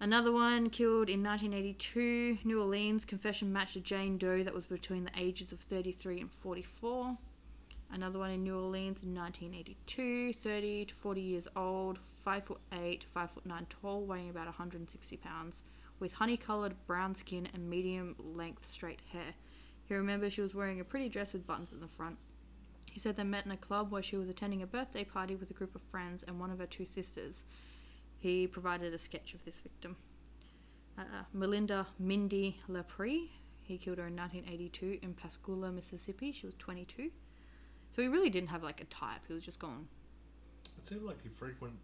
S1: Another one killed in 1982, New Orleans. Confession matched a Jane Doe that was between the ages of 33 and 44. Another one in New Orleans in 1982, 30 to 40 years old, 5 foot 8, 5 foot 9 tall, weighing about 160 pounds, with honey-colored brown skin and medium-length straight hair. He remembers she was wearing a pretty dress with buttons in the front. He said they met in a club where she was attending a birthday party with a group of friends and one of her two sisters. He provided a sketch of this victim. Uh, Melinda Mindy Lepree. He killed her in 1982 in Pascagoula, Mississippi. She was 22. So he really didn't have like a type. He was just gone.
S2: It seemed like you frequent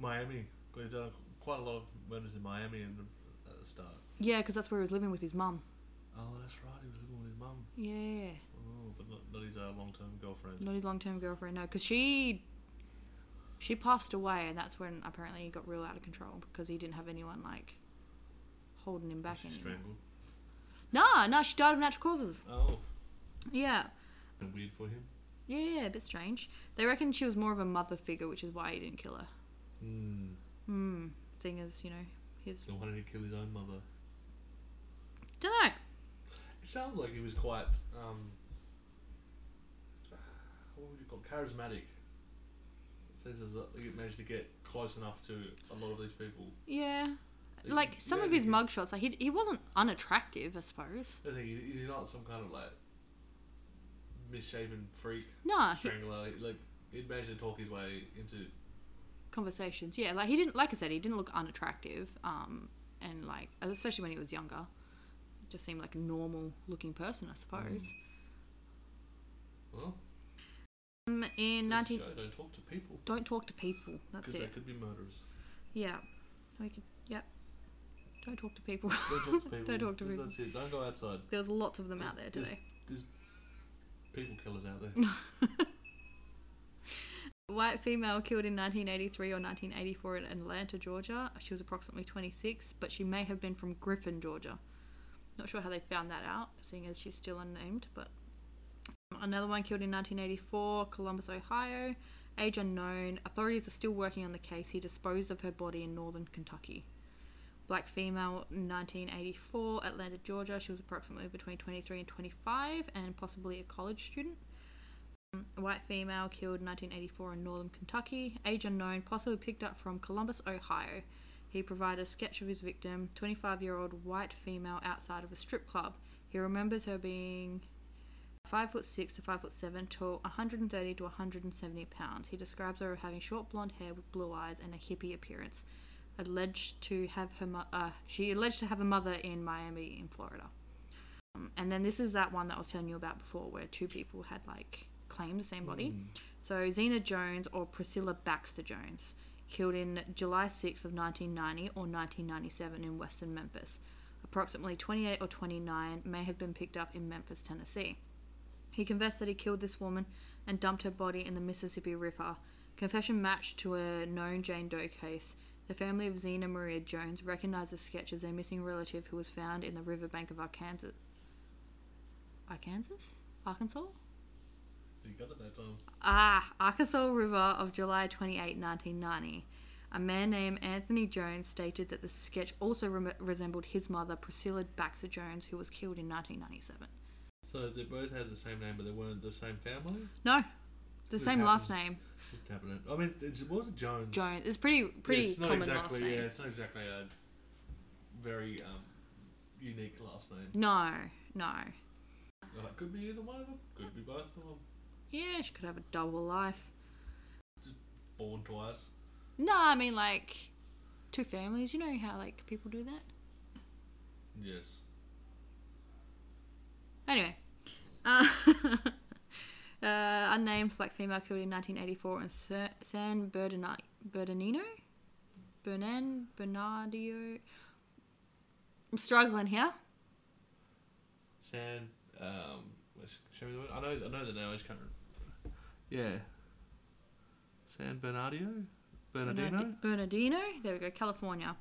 S2: Miami. 'cause They've done quite a lot of murders in Miami in the, at the start.
S1: Yeah, because that's where he was living with his mum.
S2: Oh, that's right. He was living with his mum.
S1: Yeah.
S2: Oh, but not, not his uh, long-term girlfriend.
S1: Not his long term girlfriend, no, because she. She passed away, and that's when apparently he got real out of control because he didn't have anyone like holding him back
S2: she
S1: anymore.
S2: strangled.
S1: No, no, she died of natural causes.
S2: Oh,
S1: Yeah.
S2: been weird for him.
S1: Yeah, yeah, a bit strange. They reckon she was more of a mother figure, which is why he didn't kill her.
S2: Hmm.
S1: Hmm. Seeing as, you know, his.
S2: So why did he kill his own mother?
S1: Dunno.
S2: It sounds like he was quite um. What would you call it? charismatic? uh, It says as a- he managed to get close enough to a lot of these people.
S1: Yeah. like some of
S2: yeah,
S1: his mugshots, like he he wasn't unattractive, I suppose.
S2: I think he- he's not some kind of like misshapen freak
S1: Nah, he,
S2: strangler. Like, like he'd managed to talk his way into.
S1: conversations. Yeah, like he didn't, like I said, he didn't look unattractive. Um, and like especially when he was younger, just seemed like a normal looking person, I
S2: Mm.
S1: suppose.
S2: Well,
S1: Um, in
S2: that's a
S1: nineteen,
S2: show, don't talk to people
S1: don't talk to people. That's
S2: because
S1: it.
S2: they could be murderers.
S1: Yeah, we could. Yep. Don't talk to people.
S2: Don't talk to people.
S1: Don't talk to
S2: 'cause
S1: people.
S2: That's it. Don't go outside.
S1: There's lots of them out there
S2: There's-
S1: today.
S2: People killers out there.
S1: White female killed in 1983 or 1984 in Atlanta, Georgia. She was approximately 26, but she may have been from Griffin, Georgia. Not sure how they found that out, seeing as she's still unnamed, but. Another one killed in 1984, Columbus, Ohio. Age unknown. Authorities are still working on the case. He disposed of her body in northern Kentucky. Black female, 1984, Atlanta, Georgia. She was approximately between 23 and 25 and possibly a college student. A white female killed 1984 in northern Kentucky, age unknown, possibly picked up from Columbus, Ohio. He provided a sketch of his victim, 25 year old white female outside of a strip club. He remembers her being 5 foot 6 to 5 foot 7 tall, 130 to 170 pounds. He describes her as having short blonde hair with blue eyes and a hippie appearance. Alleged to have her mo- uh, she alleged to have a mother in Miami in Florida. Um, and then this is that one that I was telling you about before where two people had like claimed the same body.
S2: Hmm.
S1: So Zena Jones or Priscilla Baxter Jones, killed in July 6th of 1990 or 1997 in western Memphis. Approximately 28 or 29 may have been picked up in Memphis, Tennessee. He confessed that he killed this woman and dumped her body in the Mississippi River. Confession matched to a known Jane Doe case. The family of Zena Maria Jones recognized the sketch as their missing relative who was found in the riverbank of Arkansas. Arkansas? Arkansas?
S2: You got it that time.
S1: Ah, Arkansas River of July 28, 1990. A man named Anthony Jones stated that the sketch also rem- resembled his mother, Priscilla Baxter Jones, who was killed in 1997.
S2: So they both had the same name, but they weren't the same family.
S1: No, the
S2: This
S1: same
S2: happened.
S1: last name,
S2: Just happened. I mean, it's, it was Jones.
S1: Jones. It's pretty pretty
S2: it's not
S1: common
S2: exactly.
S1: last name.
S2: Yeah, it's not exactly a very um, unique last name.
S1: No, no.
S2: Uh, it could be either one of them. Could be both of them.
S1: Yeah, she could have a double life.
S2: Born twice.
S1: No, I mean like two families. You know how like people do that.
S2: Yes.
S1: Anyway, uh, uh, unnamed black female killed in 1984 in Ser- San Bernardino, Bernardino, Bernan, Bernardino. I'm struggling here.
S2: San. Um. let's- Show me the word. I know. I know the name. I just can't. rem- Yeah. San Bernardino. Bernardino.
S1: Bernardi- Bernardino. There we go. California.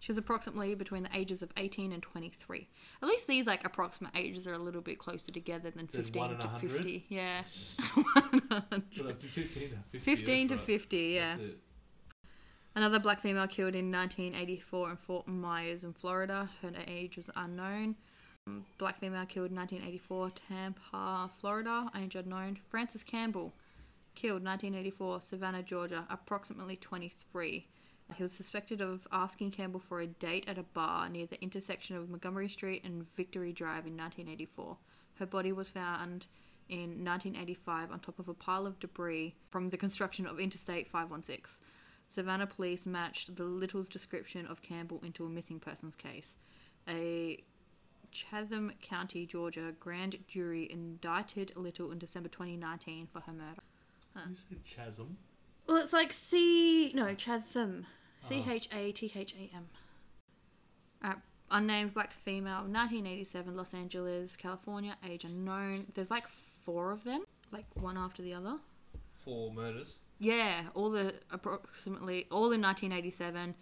S1: She was approximately between the ages of 18 and 23. At least these like approximate ages are a little bit closer together than
S2: There's
S1: 15
S2: one and
S1: to
S2: 100?
S1: 50. Yeah. One and 100.
S2: Well, that'd be Fifteen. to 50,
S1: 15 to
S2: that's right.
S1: 50. Yeah.
S2: That's it.
S1: Another black female killed in 1984 in Fort Myers in Florida. Her age was unknown. Um, Black female killed 1984, Tampa, Florida. Age unknown. Frances Campbell, killed 1984, Savannah, Georgia. Approximately 23. He was suspected of asking Campbell for a date at a bar near the intersection of Montgomery Street and Victory Drive in 1984. Her body was found in 1985 on top of a pile of debris from the construction of Interstate 516. Savannah police matched the Little's description of Campbell into a missing persons case. A Chatham County, Georgia grand jury indicted Little in December 2019 for her murder.
S2: You said chasm.
S1: Well, it's like C. No, Chatham.
S2: Uh-huh.
S1: C H A T H A M. Uh, Unnamed black female, 1987, Los Angeles, California, age unknown. There's like four of them, like one after the other.
S2: Four murders.
S1: Yeah, all the approximately all in 1987,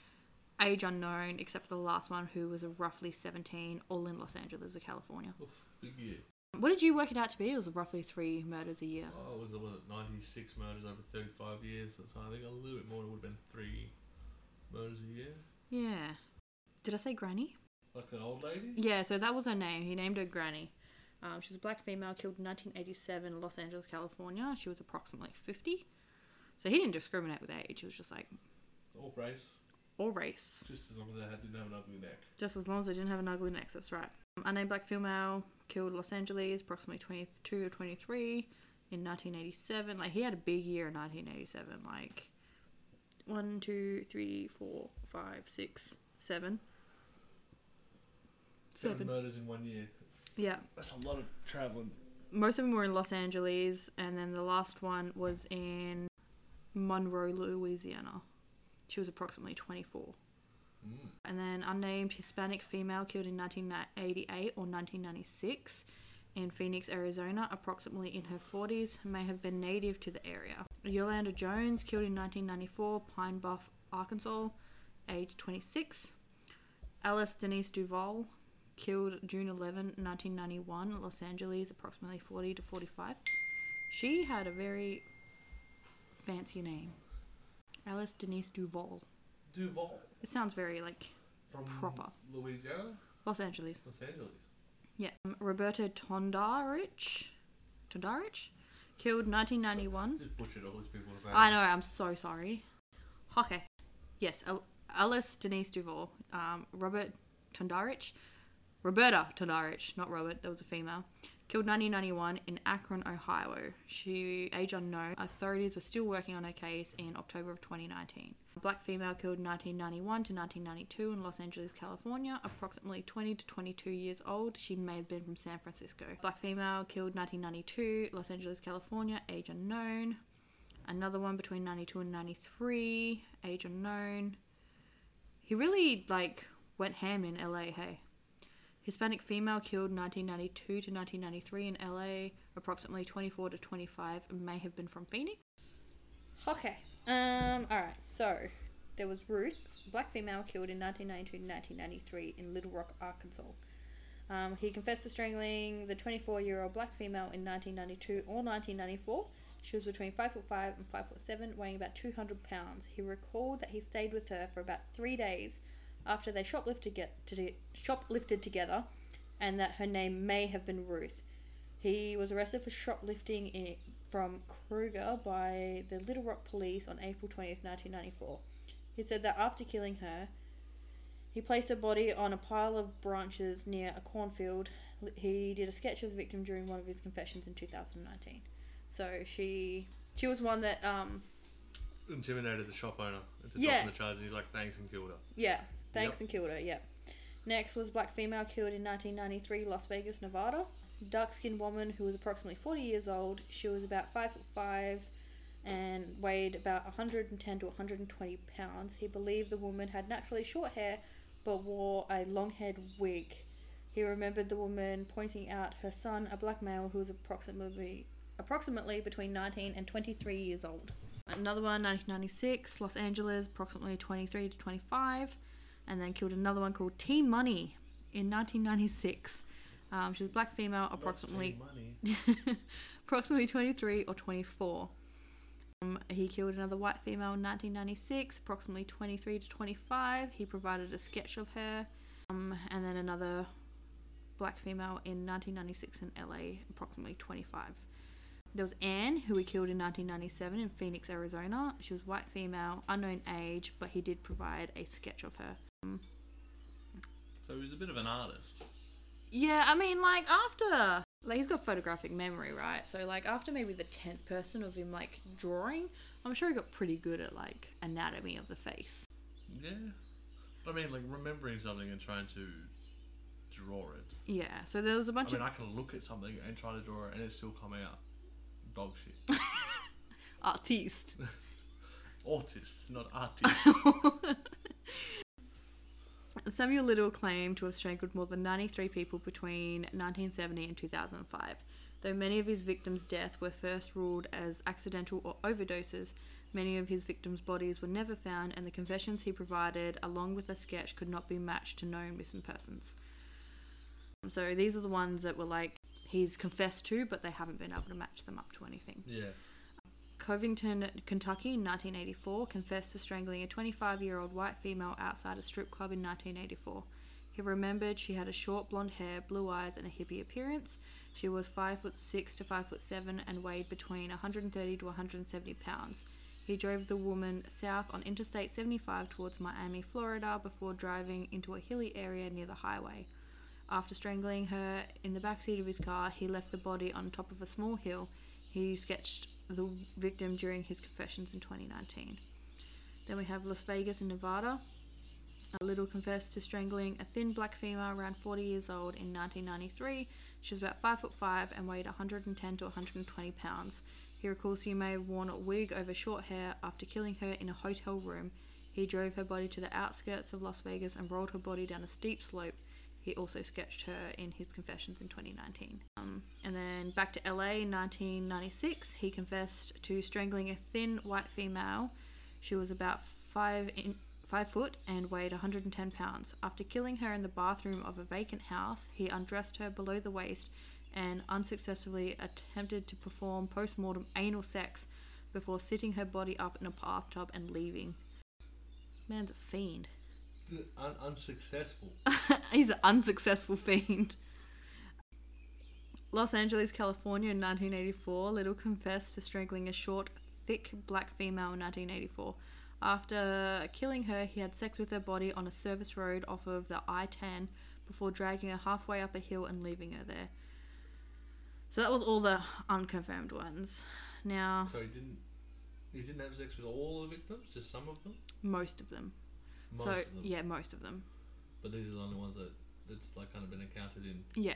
S1: age unknown, except for the last one who was roughly 17, all in Los Angeles, California.
S2: Oof, big year.
S1: What did you work it out to be? It was roughly three murders a year.
S2: Oh, it was, was it 96 murders over 35 years? That's I think a little bit more. It would have been three murders a year.
S1: Yeah. Did I say granny?
S2: Like an old lady?
S1: Yeah, so that was her name. He named her Granny. Um, she was a black female killed in 1987 in Los Angeles, California. She was approximately 50. So he didn't discriminate with age. He was just like
S2: Or race?
S1: or race.
S2: Just as long as I had- didn't have an ugly neck.
S1: Just as long as they didn't have an ugly neck, that's right. Um, Unnamed black female killed Los Angeles, approximately 22 or 23 in 1987. Like, he had a big year in 1987. Like, one, two, three, four, five, six, seven.
S2: Seven,
S1: Seven.
S2: murders in one year.
S1: Yeah.
S2: That's a lot of traveling.
S1: Most of them were in Los Angeles, and then the last one was in Monroe, Louisiana. She was approximately 24.
S2: Mm.
S1: and then unnamed Hispanic female killed in 1988 or 1996 in Phoenix, Arizona, approximately in her 40s, may have been native to the area. Yolanda Jones killed in 1994, Pine Bluff, Arkansas, age 26. Alice Denise Duval killed June 11, 1991, Los Angeles, approximately 40 to 45. She had a very fancy name. Alice Denise Duval.
S2: Duval
S1: It sounds very like
S2: from
S1: Proper.
S2: Louisiana,
S1: Los Angeles.
S2: Los Angeles.
S1: Yeah. Um, Roberto Tondarich. Tondarich? Killed 1991.
S2: Just butchered all these people's names.
S1: I know, I'm so sorry. Okay. Yes, Al- Alice Denise Duval. Um, Robert Tondarich. Roberta Tondarich, not Robert, that was a female. Killed 1991 in Akron, Ohio. She, age unknown. Authorities were still working on her case in October of 2019. Black female killed 1991 to 1992 in Los Angeles, California. Approximately 20 to 22 years old. She may have been from San Francisco. Black female killed 1992, Los Angeles, California. Age unknown another one between 92 and 93 age unknown he really like went ham in la hey hispanic female killed 1992 to 1993 in la approximately 24 to 25 and may have been from phoenix okay um all right so there was ruth black female killed in 1992 to 1993 in little rock arkansas um, he confessed to strangling the 24 year old black female in 1992 or 1994. She was between 5 foot 5 and 5 foot 7, weighing about 200 pounds. He recalled that he stayed with her for about three days after they shoplifted, get, to, do- shoplifted together and that her name may have been Ruth. He was arrested for shoplifting in, from Kruger by the Little Rock police on April 20th, 1994. He said that after killing her, he placed her body on a pile of branches near a cornfield. He did a sketch of the victim during one of his confessions in 2019. So she she was one that um
S2: Intimidated the shop owner into
S1: Yeah.
S2: dropping the charge, and he's like, thanks and killed her.
S1: yeah thanks
S2: Yep.
S1: and killed her yeah. Next was black female killed in 1993 Las Vegas Nevada. Dark skinned woman who was approximately 40 years old. She was about five foot five and weighed about 110 to 120 pounds. He believed the woman had naturally short hair but wore a long haired wig. He remembered the woman pointing out her son, a black male who was approximately approximately between 19 and 23 years old. Another one, 1996, Los Angeles, approximately 23 to 25, and then killed another one called T Money in 1996. Um, she was a black female, approximately
S2: Not money.
S1: approximately 23 or 24. Um, he killed another white female in 1996, approximately 23 to 25. He provided a sketch of her, um, and then another black female in 1996 in LA, approximately 25. There was Anne, who he killed in 1997 in Phoenix, Arizona. She was white female, unknown age, but he did provide a sketch of her.
S2: So he's a bit of an artist.
S1: Yeah, I mean, like after like he's got photographic memory, right? So like after maybe the tenth person of him like drawing, I'm sure he got pretty good at like anatomy of the face.
S2: Yeah. But I mean, like, remembering something and trying to draw it.
S1: Yeah. So there was a bunch
S2: I mean,
S1: of
S2: I can look at something and try to draw it, and it's still coming out dog shit.
S1: artistes.
S2: Artist, not artist.
S1: Samuel Little claimed to have strangled more than 93 people between 1970 and 2005. Though many of his victims' deaths were first ruled as accidental or overdoses, many of his victims' bodies were never found, and the confessions he provided, along with a sketch, could not be matched to known missing persons. So these are the ones that were like he's confessed to, but they haven't been able to match them up to anything.
S2: yeah.
S1: Covington, Kentucky, in 1984, confessed to strangling a 25 year old white female outside a strip club in 1984. He remembered she had a short blonde hair, blue eyes, and a hippie appearance. She was 5 foot 6 to 5 foot 7 and weighed between 130 to 170 pounds. He He drove the woman south on Interstate 75 towards Miami, Florida, before driving into a hilly area near the highway. After strangling her in the backseat of his car, he left the body on top of a small hill. He sketched the victim during his confessions in 2019. Then we have Las Vegas in Nevada. A little confessed to strangling a thin black female around 40 years old in 1993. She was about 5 foot 5 and weighed 110 to 120 pounds. He recalls he may have worn a wig over short hair after killing her in a hotel room. He drove her body to the outskirts of Las Vegas and rolled her body down a steep slope. He also sketched her in his confessions in 2019. Um, and then back to LA in 1996, he confessed to strangling a thin white female. She was about five in, five foot and weighed 110 pounds. After killing her in the bathroom of a vacant house, he undressed her below the waist and unsuccessfully attempted to perform post-mortem anal sex before sitting her body up in a bathtub and leaving. This man's a fiend.
S2: Un- unsuccessful.
S1: He's an unsuccessful fiend. Los Angeles, California in 1984, Little confessed to strangling a short, thick black female in 1984. After killing her, he had sex with her body on a service road off of the I 10 before dragging her halfway up a hill and leaving her there. So that was all the unconfirmed ones. Now,
S2: So he didn't. He didn't have sex with all the victims, just some of them.
S1: most of them.
S2: Most
S1: so,
S2: of them.
S1: yeah, most of them.
S2: But these are the only ones that that's like kind of been accounted in.
S1: Yeah.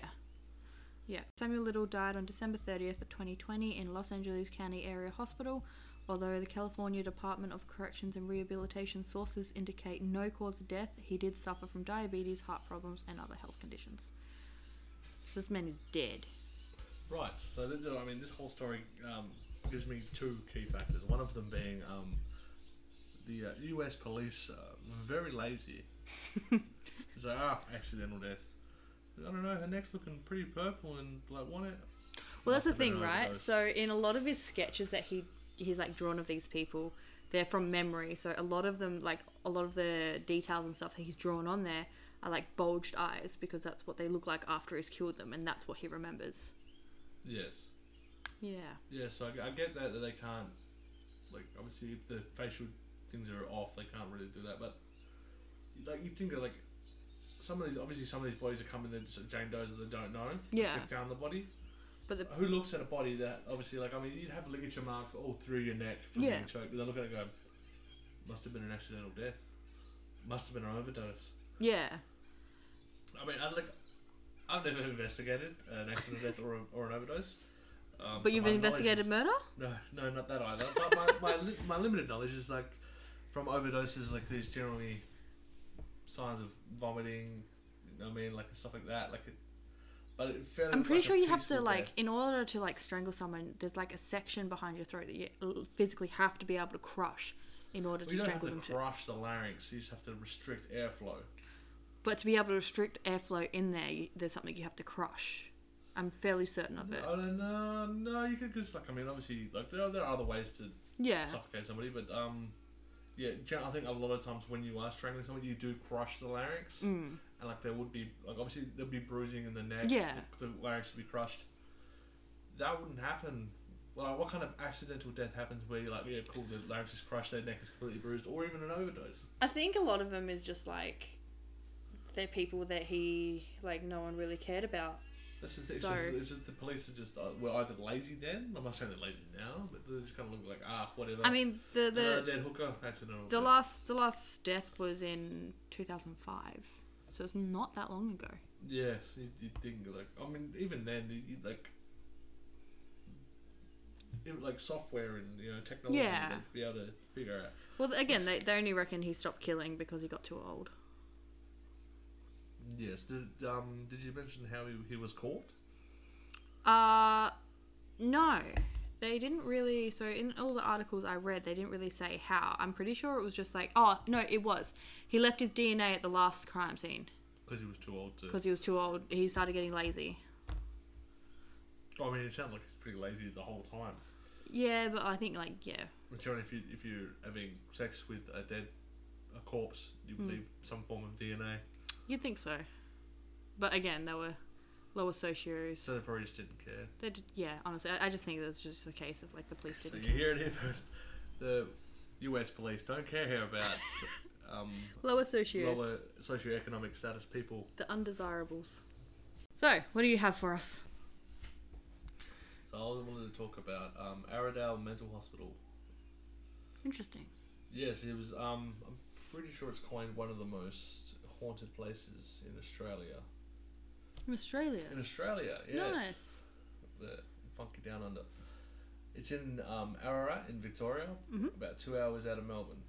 S1: Yeah. Samuel Little died on December 30th of 2020 in Los Angeles County Area Hospital, although the California Department of Corrections and Rehabilitation sources indicate no cause of death. He did suffer from diabetes, heart problems, and other health conditions. So this man is dead.
S2: Right. So this, I mean, this whole story um, gives me two key factors. One of them being um, the uh, U.S. police uh, were very lazy. it's like ah, accidental death. I don't know. Her neck's looking pretty purple and like one.
S1: Well, that's the
S2: Must have been
S1: thing,
S2: an
S1: right?
S2: overdose.
S1: So in a lot of his sketches that he he's like drawn of these people, they're from memory. So a lot of them, like a lot of the details and stuff that he's drawn on there, are like bulged eyes because that's what they look like after he's killed them, and that's what he remembers.
S2: Yes.
S1: Yeah,
S2: Yeah, so I, I get that that they can't, like, obviously if the facial things are off, they can't really do that. But like, you think of like some of these, obviously some of these bodies are coming. They're just Jane Doe's that they don't know.
S1: Yeah.
S2: They found the body.
S1: but the
S2: Who looks at a body that obviously, like, I mean, you'd have ligature marks all through your neck from
S1: Yeah.
S2: being choked. They look at it and go, must have been an accidental death. Must have been an overdose.
S1: yeah,
S2: I mean, I like. I've never investigated an accidental death or, a, or an overdose. Um,
S1: but
S2: so
S1: you've
S2: my knowledge is-
S1: investigated murder.
S2: no, no, not that either. But my, my, li- my limited knowledge is like from overdoses, like there's generally signs of vomiting. You know what I mean, like stuff like that. Like, it, but it fairly.
S1: I'm
S2: looked
S1: pretty
S2: like a
S1: sure you have to
S2: peaceful
S1: like,
S2: death.
S1: in order to like strangle someone, there's like a section behind your throat that you uh, physically have to be able to crush in order
S2: Well,
S1: to
S2: you don't have
S1: strangle
S2: to
S1: them. To,
S2: crush the larynx. You just have to restrict airflow.
S1: But to be able to restrict airflow in there, you, there's something you have to crush. I'm fairly certain of it.
S2: I don't know. No, you could just like. I mean, obviously, like there are, there are other ways to
S1: Yeah.
S2: suffocate somebody, but um, yeah. gen- I think a lot of times when you are strangling someone, you do crush the larynx.
S1: Mm.
S2: and like there would be like obviously there'd be bruising in the neck.
S1: Yeah.
S2: The, the larynx would be crushed. That wouldn't happen. Well, what kind of accidental death happens where you're like, yeah, cool, the larynx is crushed, their neck is completely bruised, or even an overdose?
S1: I think a lot of them is just like they're people that he like no one really cared about.
S2: That's just, it's
S1: So-
S2: just, it's just the police are just uh, were either lazy then. I'm not saying they're lazy now, but they just kind of look like ah, whatever.
S1: I mean the
S2: Another
S1: the
S2: dead hooker, accidental.
S1: the
S2: death.
S1: last the last death was in 2005. So it's not that long ago.
S2: Yes, you, you think like I mean, even then, you, you, like, it, like software and you know technology,
S1: Yeah.
S2: they'd be able to figure out.
S1: Well, again, they, they only reckon he stopped killing because he got too old.
S2: Yes. Did um did you mention how he, he was caught?
S1: Uh, no. They didn't really. So, in all the articles I read, they didn't really say how. I'm pretty sure it was just like, oh, no, it was. He left his DNA at the last crime scene
S2: Because he was too old to.
S1: because he was too old. He started getting lazy.
S2: I mean, it sounds like he's pretty lazy the whole time.
S1: Yeah, but I think, like, yeah.
S2: Which you know, if you if you're having sex with a dead, a corpse, you
S1: Hmm.
S2: would leave some form of DNA.
S1: You'd think so. But again, they were lower socios.
S2: So they probably just didn't care.
S1: They did, yeah, honestly, I, I just think that's just a case of, like, the police
S2: So
S1: didn't.
S2: you hear it here first. The U.S. police don't care about um,
S1: Lower socios.
S2: lower socioeconomic status people.
S1: The undesirables. So, what do you have for us?
S2: So I wanted to talk about um, Aradale Mental Hospital.
S1: Interesting.
S2: Yes, it was. Um, I'm pretty sure it's coined one of the most haunted places in Australia.
S1: From Australia.
S2: In Australia, yes.
S1: Nice.
S2: The funky down under. It's in um, Ararat in Victoria,
S1: Mhm.
S2: about two hours out of Melbourne.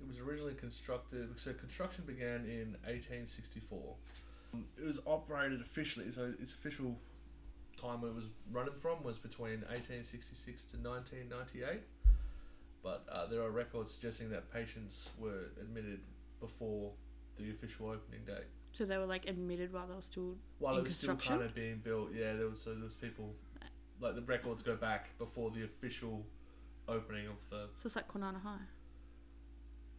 S2: It was originally constructed. So construction began in 1864. Um, It was operated officially. So its official time it was running from was between 1866 to 1998. But uh, there are records suggesting that patients were admitted before the official opening date.
S1: So they were like admitted while they were still.
S2: While
S1: In
S2: it was still
S1: construction?
S2: kind of being built, yeah, there was so there was people like the records go back before the official opening of the
S1: So it's like Kwinana High.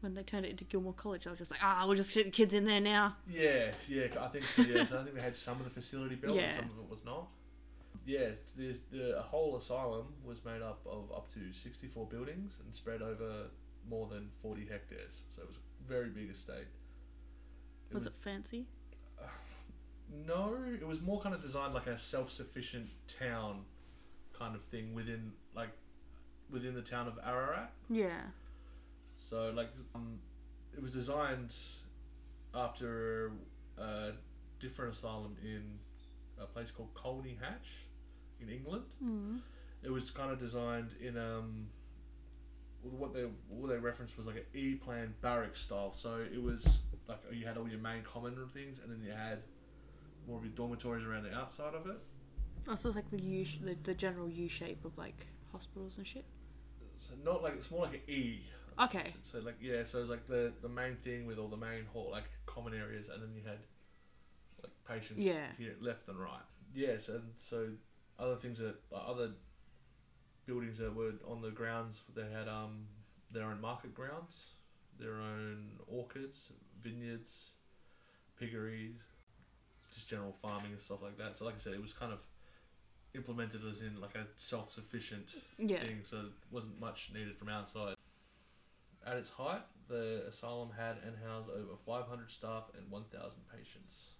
S1: When they turned it into Gilmore College, I was just like, ah, we'll just shit kids in there now.
S2: yeah yeah I think so, yeah so I think they had some of the facility built
S1: Yeah.
S2: and some of it was not. Yeah, there's the whole asylum was made up of up to 64 buildings and spread over more than 40 hectares, so it was a very big estate. It
S1: Was
S2: was,
S1: it fancy?
S2: no, it was more kind of designed like a self-sufficient town kind of thing within like within the town of Ararat.
S1: Yeah.
S2: So like, um, it was designed after a different asylum in a place called Colney Hatch in England.
S1: Mm.
S2: It was kind of designed in um, what they what they referenced was like an E plan barrack style. So it was like you had all your main common room things, and then you had more of your dormitories around the outside of it.
S1: Also, Oh, like the U, sh- the, the general U shape of like hospitals and shit.
S2: So not like it's more like an E.
S1: Okay.
S2: So, like yeah, so it's like the the main thing with all the main hall like common areas, and then you had like patients
S1: Yeah.
S2: here left and right. Yes, and so other things that uh, other buildings that were on the grounds they had um their own market grounds, their own orchards, vineyards, piggeries, just general farming and stuff like that. So like I said, it was kind of implemented as in like a self sufficient
S1: Yeah.
S2: thing, so it wasn't much needed from outside. At its height, the asylum had and housed over 500 staff and 1,000 patients.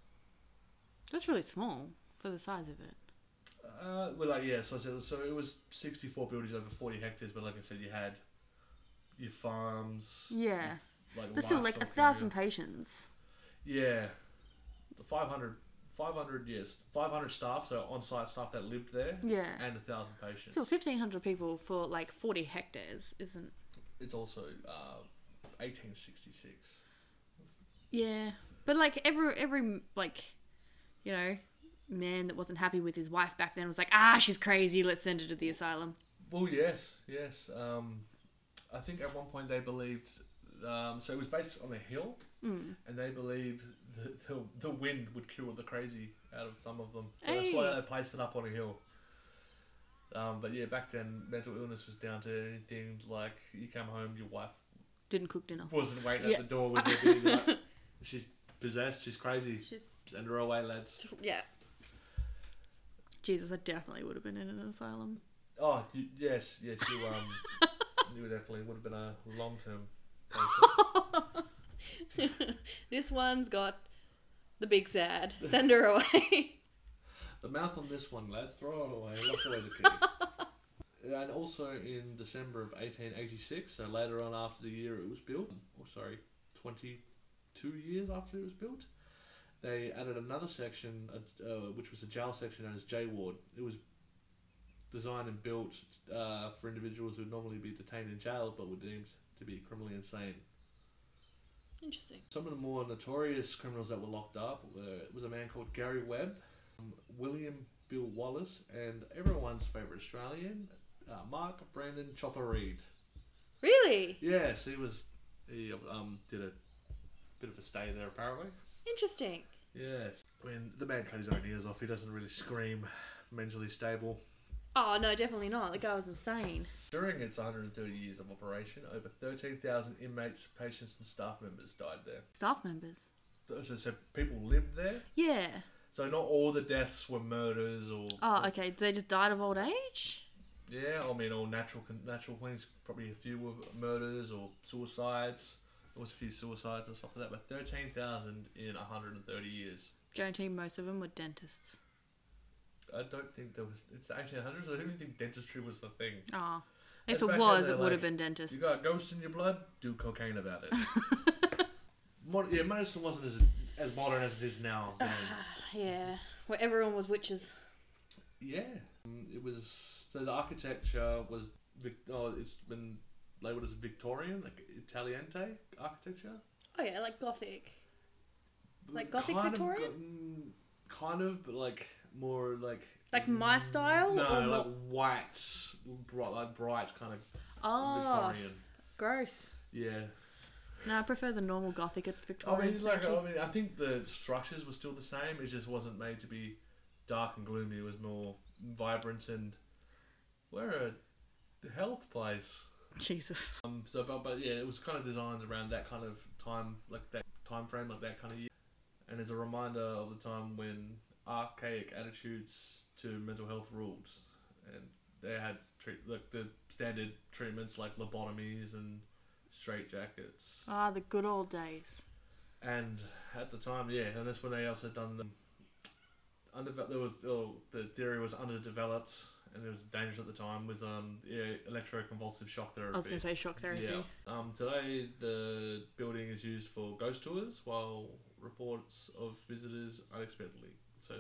S1: That's really small for the size of it.
S2: Uh, well, like yeah, so I said, so it was 64 buildings over 40 hectares, but like I said, you had your farms.
S1: Yeah.
S2: Like
S1: But still, like a
S2: livestock
S1: thousand patients.
S2: area. Yeah, 500, 500 yes, 500 staff, so on-site staff that lived there,
S1: Yeah.
S2: and a thousand patients.
S1: So 1,500 people for like 40 hectares isn't.
S2: it's also uh, 1866.
S1: Yeah. But like every, every, like, you know, man that wasn't happy with his wife back then was like, ah, she's crazy, let's send her to the asylum.
S2: Well, yes, yes. Um, I think at one point they believed. Um, so it was based on a hill,
S1: Mm.
S2: and they believed that the, the wind would cure the crazy out of some of them. So That's why
S1: Hey.
S2: they placed it up on a hill. Um, but yeah, back then mental illness was down to anything like you come home, your wife
S1: Didn't cook dinner.
S2: wasn't waiting
S1: Yeah.
S2: at the door with you. being like, she's possessed. She's crazy.
S1: She's-
S2: Send her away, lads.
S1: Yeah. Jesus, I definitely would have been in an asylum.
S2: Oh y- yes, yes, you um, you definitely would have been a long term.
S1: this one's got the big sad. Send her away.
S2: The mouth on this one, lads. Throw it away. Lock away the key. and also in December of 1886, so later on after the year it was built, or sorry, 22 years after it was built, they added another section, uh, uh, which was a jail section known as J Ward. It was designed and built uh, for individuals who would normally be detained in jail but were deemed to be criminally insane.
S1: Interesting.
S2: Some of the more notorious criminals that were locked up were, was a man called Gary Webb, um, William Bill Wallace, and everyone's favourite Australian, uh, Mark Brandon Chopper Reed.
S1: Really?
S2: Yes, he was. He um, did a bit of a stay there apparently.
S1: Interesting.
S2: Yes. I mean, the man cut his own ears off. He doesn't really scream mentally stable.
S1: Oh, no, definitely not. The guy was insane.
S2: During its 130 years of operation, over 13,000 inmates, patients, and staff members died there.
S1: Staff members.
S2: So, so people lived there.
S1: Yeah.
S2: So not all the deaths were murders or
S1: Oh, okay. They just died of old age?
S2: Yeah, I mean, all natural con- natural things. Probably a few were murders or suicides. There was a few suicides and stuff like that. But thirteen thousand in hundred and thirty years.
S1: Guarantee most of them were dentists.
S2: I don't think there was. It's the 1800s. I don't even think dentistry was the thing.
S1: Ah, if
S2: That's back
S1: it
S2: then,
S1: was,
S2: though,
S1: it would
S2: like,
S1: have been dentists.
S2: You got a ghost in your blood? Do cocaine about it. Mod- yeah, medicine wasn't as as modern as it is now. you know.
S1: Uh-huh. yeah, where everyone was witches.
S2: yeah, Mm, it was. So the architecture was. Vic- Oh, it's been labeled as Victorian, like Italiente architecture.
S1: Oh yeah, like gothic. Like
S2: But
S1: Gothic
S2: kind of
S1: Victorian?
S2: go- mm, kind of, but like more like. mm,
S1: Like my style?
S2: No,
S1: or
S2: like
S1: what?
S2: white, bright, like bright kind of
S1: Oh,
S2: Victorian.
S1: gross.
S2: Yeah.
S1: No, I prefer the normal gothic at
S2: I
S1: Victorian.
S2: mean, like, um,
S1: thank you.
S2: I mean, I think the structures were still the same. It just wasn't made to be dark and gloomy. It was more vibrant and we're a health place.
S1: Jesus.
S2: Um, so, but, but yeah, it was kind of designed around that kind of time, like that time frame, like that kind of year. And as a reminder of the time when archaic attitudes to mental health ruled, and they had treat like the standard treatments like lobotomies and straitjackets.
S1: Ah, the good old days.
S2: And at the time, yeah, and that's when they also done the underve- there was oh, the theory was underdeveloped and it was dangerous at the time was um yeah, electroconvulsive shock therapy.
S1: I was going to say shock therapy.
S2: Yeah. Um, today the building is used for ghost tours while reports of visitors unexpectedly. So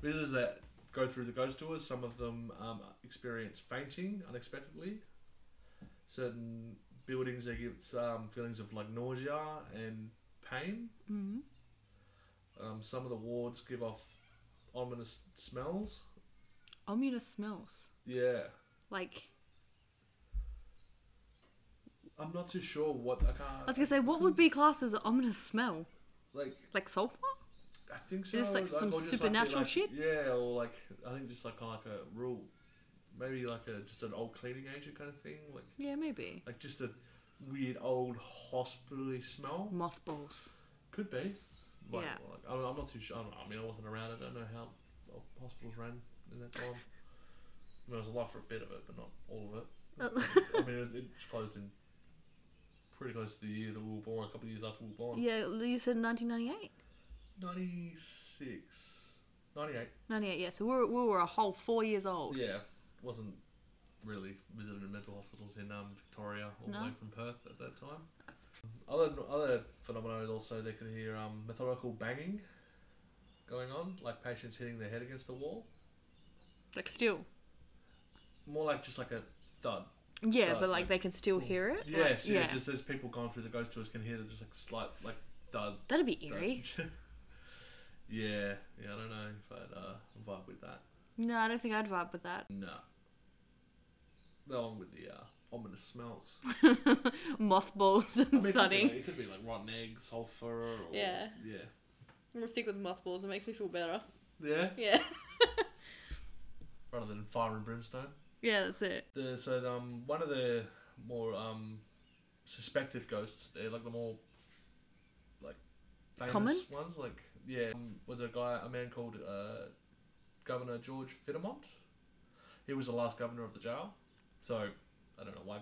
S2: visitors that go through the ghost tours, some of them um, experience fainting unexpectedly. Certain buildings they give um, feelings of like nausea and pain.
S1: hmm
S2: Um, some of the wards give off ominous smells.
S1: Ominous smells.
S2: Yeah.
S1: Like,
S2: I'm not too sure what I can't
S1: I was going to say, what would be
S2: mm-hmm.
S1: classed as an ominous smell?
S2: like
S1: Like sulfur?
S2: I think so.
S1: Is this, like, some
S2: or just, like,
S1: supernatural
S2: like-
S1: shit?
S2: Yeah, or like I think just like kind of like a rule, maybe like a just an old cleaning agent kind of thing, like
S1: Yeah, maybe.
S2: like just a weird old hospitally smell.
S1: Mothballs.
S2: Could be. Like,
S1: Yeah.
S2: Like, I'm, I'm not too sure. I, don't- I mean, I wasn't around. I don't know how old hospitals ran in that time. I mean, I was alive for a bit of it, but not all of it.
S1: Oh.
S2: I mean, it, it closed in pretty close to the year that we were born. A couple of years after we were born.
S1: yeah, you said 1998.
S2: Ninety six. Ninety eight.
S1: 98, yeah. So we were, we were a whole four years old.
S2: Yeah, wasn't really visiting mental hospitals in um, Victoria all
S1: No.
S2: the way from Perth at that time. Other other phenomena is also they could hear um, methodical banging going on, like patients hitting their head against the wall,
S1: Like, still.
S2: more like just like a thud.
S1: Yeah,
S2: But,
S1: but like
S2: like,
S1: they can still hear it.
S2: Yeah,
S1: Like,
S2: so yeah. Just as people going through the ghost tours can hear the just like slight like thud.
S1: That'd be
S2: thud.
S1: eerie.
S2: yeah, yeah. I don't know if I'd uh, vibe with that.
S1: No, I don't think I'd vibe with that.
S2: No. Along with the uh, ominous smells.
S1: mothballs and
S2: I mean, it could be
S1: thudding.
S2: like- It could be like rotten egg, sulfur. Or,
S1: Yeah.
S2: Yeah.
S1: I'm gonna stick with mothballs. It makes me feel better.
S2: Yeah.
S1: Yeah.
S2: Rather than fire and brimstone.
S1: yeah, that's it.
S2: The, so um, one of the more um, suspected ghosts, they're like the more like famous
S1: Common?
S2: ones. Like yeah, um, was a guy, a man called uh, Governor George Fittermont. He was the last governor of the jail. So I don't know why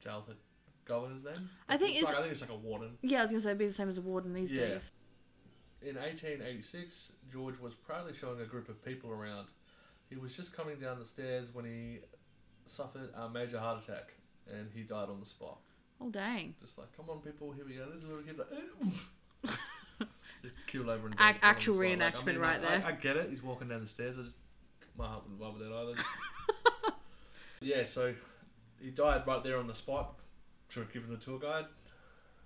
S2: jails had governors then.
S1: I think
S2: it's
S1: it's-
S2: like, I think it's like a warden.
S1: Yeah, I was gonna say it'd be the same as a warden these
S2: Yeah.
S1: days.
S2: In 1886, George was proudly showing a group of people around. He was just coming down the stairs when he suffered a major heart attack, and he died on the spot.
S1: Oh dang.
S2: Just like, come on, people, here we go. This is where we get the. just killed over and
S1: Ac-
S2: dead on the
S1: actual
S2: spot. Like,
S1: reenactment right
S2: I-
S1: there.
S2: I, I get it. He's walking down the stairs. I just, my heart wouldn't vibe with that either. yeah, so he died right there on the spot. Should have given the tour guide.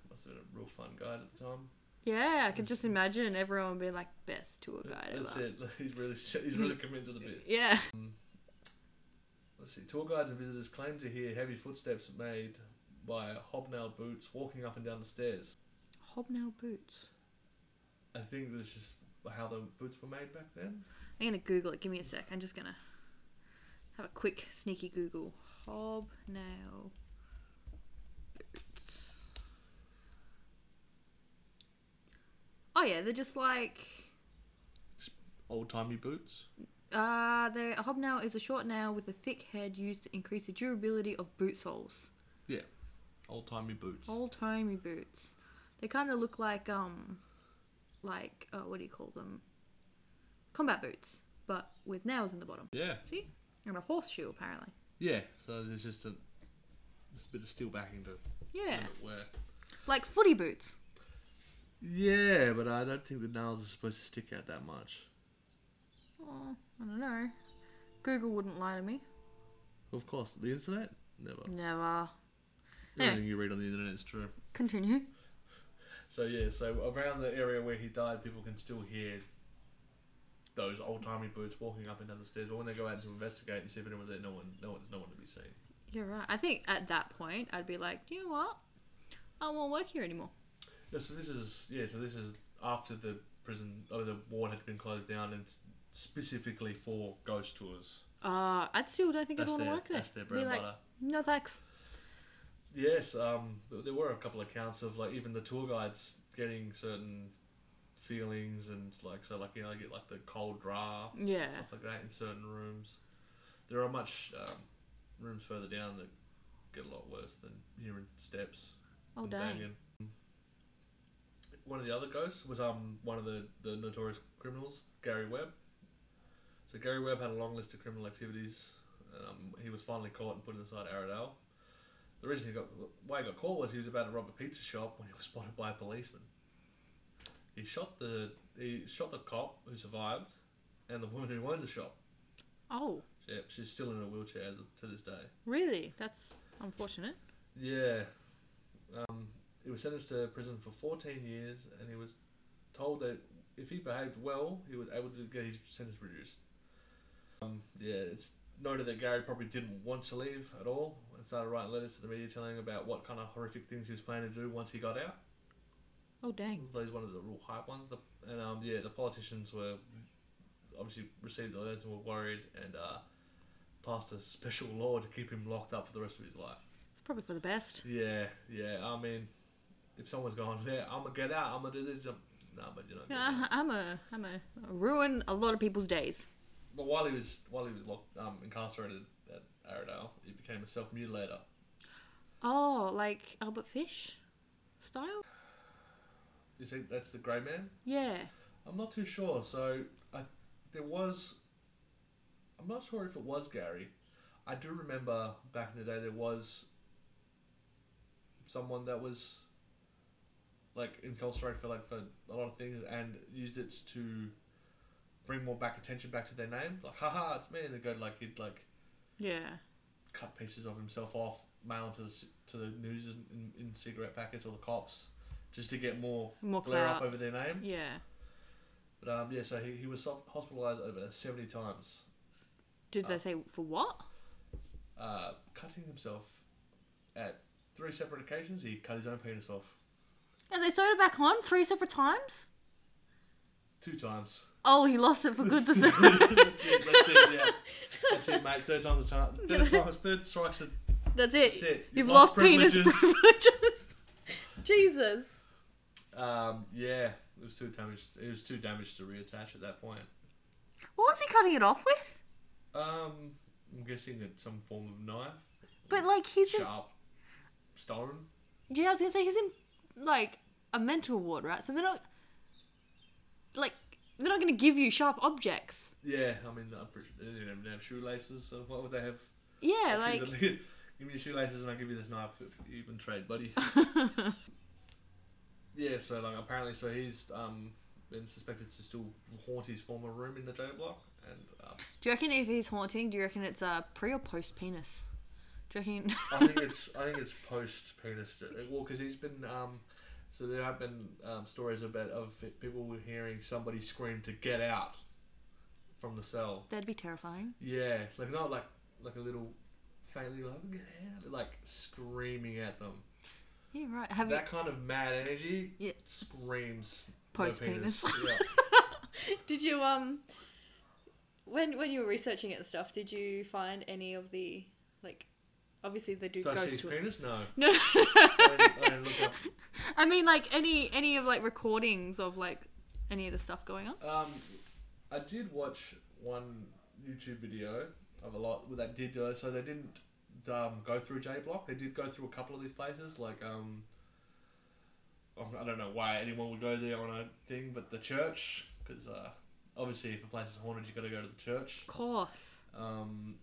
S2: Must have been a real fun guide at the time.
S1: Yeah, I could just imagine everyone being like best tour guide ever.
S2: That's it. He's really he's really committed to the bit.
S1: Yeah.
S2: Let's see. Tour guides and visitors claim to hear heavy footsteps made by hobnailed boots walking up and down the stairs.
S1: Hobnail boots.
S2: I think that's just how the boots were made back then.
S1: I'm gonna Google it. Give me a sec. I'm just gonna have a quick sneaky Google. Hobnail boots. Oh yeah, they're just like
S2: Old timey boots.
S1: Uh, the a hobnail is a short nail with a thick head used to increase the durability of boot soles.
S2: Old timey boots.
S1: Old timey boots. They kind of look like um, like uh, what do you call them? Combat boots, but with nails in the bottom.
S2: Yeah,
S1: See, and a horseshoe apparently.
S2: yeah. So there's just a, just a bit of steel backing to
S1: Yeah,
S2: limit wear.
S1: like footy boots.
S2: Yeah, but I don't think the nails are supposed to stick out that much.
S1: Oh, I don't know. Google wouldn't lie to me.
S2: Of course, the internet? Never.
S1: Never. Anyway.
S2: Everything you read on the internet is true.
S1: Continue.
S2: So yeah, so around the area where he died, people can still hear those old timey boots walking up and down the stairs. But when they go out to investigate and see if anyone's there, no one, no one's, no one to be seen.
S1: You're right. I think at that point I'd be like, do you know what? I won't work here anymore.
S2: Yeah, so this is yeah, so this is after the prison, oh, the ward had been closed down and s- specifically for ghost tours.
S1: Uh, I still don't think I'd
S2: That's
S1: want to
S2: their,
S1: work there.
S2: that's their bread
S1: Be
S2: and
S1: like,
S2: butter.
S1: no thanks.
S2: Yes, um, th- there were a couple of accounts of like even the tour guides getting certain feelings and like so like you know get like the cold draft
S1: Yeah.
S2: and stuff like that in certain rooms. There are much um, rooms further down that get a lot worse than hearing steps.
S1: Oh
S2: and
S1: dang.
S2: banging. One of the other ghosts was um one of the, the notorious criminals, Gary Webb. So Gary Webb had a long list of criminal activities. Um, he was finally caught and put inside Aradale. The reason he got why he got caught was he was about to rob a pizza shop when he was spotted by a policeman. He shot the he shot the cop who survived, and the woman who owned the shop.
S1: Oh,
S2: She, she's still in a wheelchair as of- to this day.
S1: really? That's unfortunate.
S2: Yeah. Um, he was sentenced to prison for 14 years, and he was told that if he behaved well, he was able to get his sentence reduced. Um, yeah, it's noted that Gary probably didn't want to leave at all and started writing letters to the media telling about what kind of horrific things he was planning to do once he got out.
S1: Oh dang.
S2: So he's one of the real hype ones. The, and um, yeah, the politicians were obviously received the letters and were worried and uh, passed a special law to keep him locked up for the rest of his life.
S1: It's probably for the best.
S2: Yeah, yeah. I mean, if someone's going, yeah, I'm gonna get out. I'm gonna do this. I'm... Nah, but you know.
S1: Yeah, I'm a, I'm a ruin a lot of people's days.
S2: But while he was while he was locked, um, incarcerated at Aradale, he became a self mutilator.
S1: Oh, like Albert Fish, style.
S2: You think that's the Grey Man?
S1: Yeah.
S2: I'm not too sure. So I, there was. I'm not sure if it was Gary. I do remember back in the day there was someone that was like incarcerated for like for a lot of things and used it to bring more back attention back to their name. Like, haha, it's me, and they go like he'd like
S1: Yeah.
S2: cut pieces of himself off, mail 'em to the c- to the news in, in, in cigarette packets or the cops, just to get more
S1: More
S2: glare up
S1: clout.
S2: over their name.
S1: Yeah.
S2: But um, yeah, so he, he was so- hospitalised over 70 times,
S1: Did
S2: Ah.
S1: they say for what?
S2: uh, cutting himself at three separate occasions. He cut his own penis off
S1: And they sewed it back on three separate times.
S2: two times.
S1: Oh, he lost it for good. The
S2: that's it, that's it, yeah. That's it, mate. Third time's a charm. Third time's, third strike's a...
S1: That's it.
S2: That's it.
S1: You've,
S2: You've
S1: lost,
S2: lost
S1: penis
S2: privileges.
S1: privileges. Jesus.
S2: Um, yeah, it was too damaged. It was too damaged to reattach at that point.
S1: What was he cutting it off with?
S2: Um, I'm guessing that some form of knife,
S1: But like he's in,
S2: sharp stone.
S1: yeah, I was gonna say he's in like a mental ward, right? So they're not like they're not gonna give you sharp objects.
S2: Yeah, I mean, I'm pretty sure they didn't even have shoelaces, so what would they have?
S1: Yeah,
S2: Like,
S1: like
S2: he's a- give me your shoelaces and I'll give you this knife if you even trade, buddy. yeah, so like apparently, so he's um been suspected to still haunt his former room in the jail block, and um,
S1: do you reckon if he's haunting, do you reckon it's a pre or post penis? Do you reckon?
S2: I think it's I think it's post penis. Well, because he's been um. So there have been um, stories about of people hearing somebody scream to get out from the cell.
S1: That'd be terrifying.
S2: Yeah, it's like not like like a little faintly like get out, like screaming at them.
S1: Yeah, right. Have
S2: that kind of mad energy
S1: Yeah.
S2: screams
S1: Post
S2: no penis.
S1: penis.
S2: yeah.
S1: you, did you um when when you were researching it and stuff, did you find any of the like obviously they do
S2: Don't see
S1: ghost
S2: his
S1: tours.
S2: penis? No.
S1: No.
S2: I didn't, I didn't look up.
S1: I mean, like any any of like recordings of like any of the stuff going on.
S2: Um, I did watch one YouTube video of a lot well, that did do it. So they didn't um, go through J Block. They did go through a couple of these places, like um, I don't know why anyone would go there on a thing, but the church, because uh, obviously if a place is haunted, you got to go to the church.
S1: course.
S2: Um,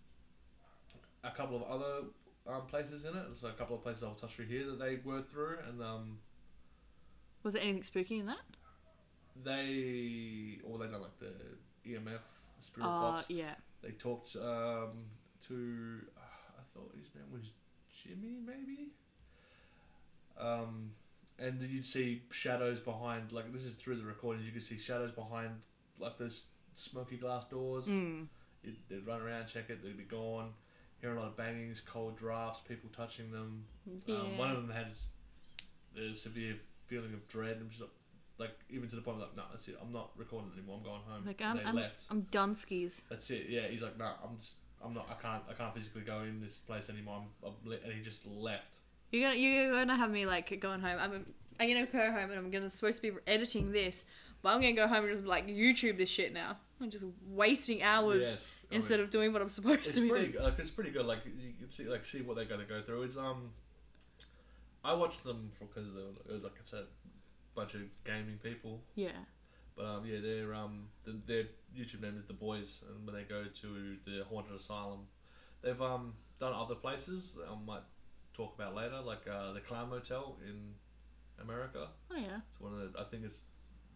S2: a couple of other um, places in it. There's a couple of places I'll touch through here that they were through, and um,
S1: Was there anything spooky in that?
S2: they or they done like the E EMF spirit
S1: Uh,
S2: box.
S1: yeah.
S2: They talked um, to uh, I thought his name was Jimmy maybe. Um, and you'd see shadows behind like this is through the recording. You could see shadows behind like those smoky glass doors.
S1: Mm.
S2: You'd, they'd run around, check it. They'd be gone. Hear a lot of bangings, cold drafts, people touching them.
S1: Mm. Yeah.
S2: Um, one of them had s- a severe feeling of dread, and just like even to the point of like, no, that's it. I'm not recording anymore. I'm going home.
S1: like
S2: and
S1: I'm,
S2: they
S1: I'm,
S2: left.
S1: I'm done skis.
S2: That's it. Yeah, he's like, no, I'm just, I'm not. I can't. I can't physically go in this place anymore. I'm, I'm li-" and he just left.
S1: You're gonna you're gonna have me like going home. I'm I'm gonna go home and I'm gonna supposed to be editing this, but I'm gonna go home and just like YouTube this shit now. I'm just wasting hours instead of doing what I'm supposed
S2: it's
S1: to be
S2: pretty,
S1: doing.
S2: like, it's pretty good. Like you can see, like see what they're gonna go through. It's um, I watched them because it was like it's a bunch of gaming people.
S1: Yeah.
S2: But um, yeah, their um, the, their YouTube name is the Boys, and when they go to the haunted asylum, they've um done other places. that I might talk about later, like uh, the Clown Motel in America.
S1: Oh yeah.
S2: It's one of the, I think it's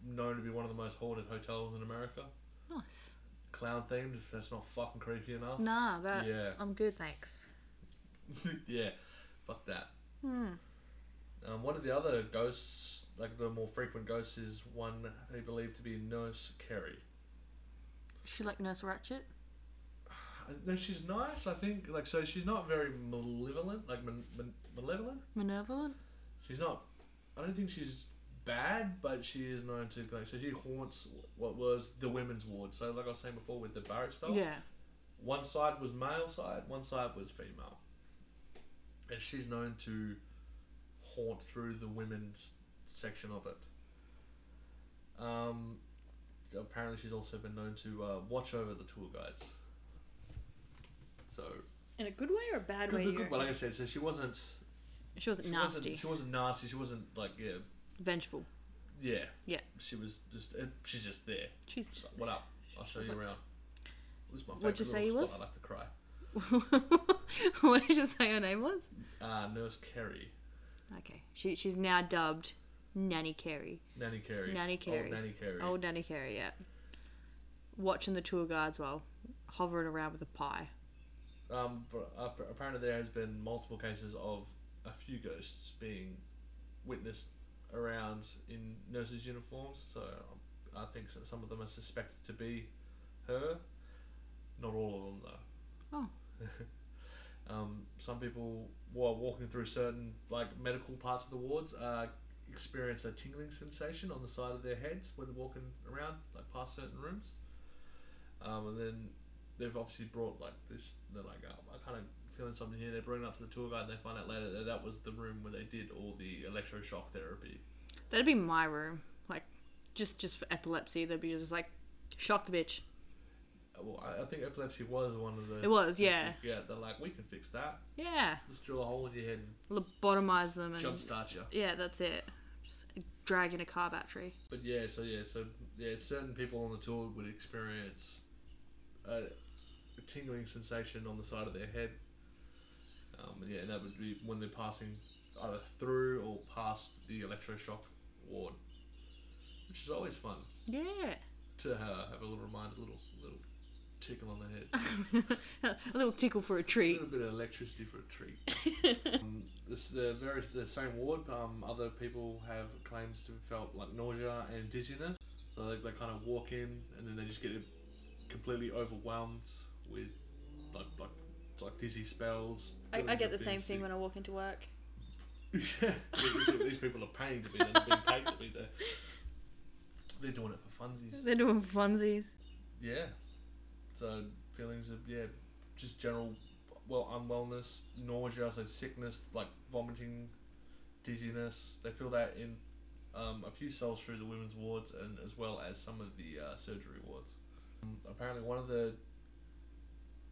S2: known to be one of the most haunted hotels in America.
S1: Nice.
S2: Clown themed, if that's not fucking creepy enough.
S1: Nah, that's
S2: Oh, Yeah.
S1: I'm good, thanks.
S2: yeah, fuck that.
S1: Hmm.
S2: Um, one of the other ghosts, like the more frequent ghosts, is one they believe to be Nurse Carrie.
S1: She like Nurse Ratchet.
S2: No, she's nice. I think like so. She's not very malevolent, like man, man, malevolent.
S1: Malevolent.
S2: She's not. I don't think she's bad, but she is known to like. So she haunts what was the women's ward. So like I was saying before with the barrack stuff.
S1: Yeah.
S2: One side was male side. One side was female. And she's known to haunt through the women's section of it. Um, apparently, she's also been known to uh, watch over the tour guides. So
S1: In a good way or a bad
S2: Good,
S1: way?
S2: good,
S1: you
S2: good. But like I
S1: reckon?
S2: said, so she wasn't.
S1: She wasn't
S2: She
S1: nasty.
S2: Wasn't, she wasn't nasty. She wasn't like yeah,
S1: Vengeful.
S2: yeah.
S1: Yeah.
S2: She was just. Uh, she's just there.
S1: She's just.
S2: what up? I'll show
S1: was
S2: you
S1: like-
S2: around. This is my
S1: What'd you
S2: favourite
S1: say he was?
S2: little spot. I like to cry.
S1: what did you say her name was?
S2: Uh, Nurse Kerry,
S1: Okay. She she's now dubbed Nanny Carey.
S2: Nanny Kerry,
S1: Nanny Oh, Carey.
S2: old Nanny Kerry.
S1: Old Nanny Carey, yeah. Watching the tour guides while hovering around with a pie.
S2: Um, but, uh, apparently there has been multiple cases of a few ghosts being witnessed around in nurses' uniforms. So I think that some of them are suspected to be her. Not all of them though. Oh. um, some people while walking through certain like medical parts of the wards uh, experience a tingling sensation on the side of their heads when walking around like past certain rooms. Um, and then they've obviously brought like this. They're like, um, I kind of feeling something here. They bring it up to the tour guide, and they find out later that that was the room where they did all the electroshock therapy.
S1: That'd be my room. Like just just for epilepsy, they'd be just like shock the bitch.
S2: Uh, Well, I, I think epilepsy was one of the.
S1: It was, yeah.
S2: Yeah, they're like, we can fix that.
S1: Yeah.
S2: Just drill a hole in your head and
S1: Lobotomize them and
S2: jumpstart you.
S1: Yeah, that's it. Just dragging a car battery.
S2: But yeah, so yeah, so yeah, certain people on the tour would experience a, a tingling sensation on the side of their head. Um, and yeah, and that would be when they're passing either through or past the electroshock ward, which is always fun
S1: Yeah.
S2: to uh, have a little reminder, a little little tickle on the head,
S1: a little tickle for a
S2: a
S1: treat.
S2: little bit of electricity for a treat. um, this the very the same ward. Um, other people have claims to have felt like nausea and dizziness. So they, they kind of walk in and then they just get completely overwhelmed with like like it's like dizzy spells.
S1: I, I get the same thing when I walk into work.
S2: yeah, these- these people are paying to be there, they're being paid to be there. They're doing it for funsies.
S1: They're doing funsies.
S2: Yeah. So feelings of yeah, just general well unwellness, nausea, so sickness, like vomiting, dizziness. They feel that in um, a few cells through the women's wards and as well as some of the uh, surgery wards. Um, apparently, one of the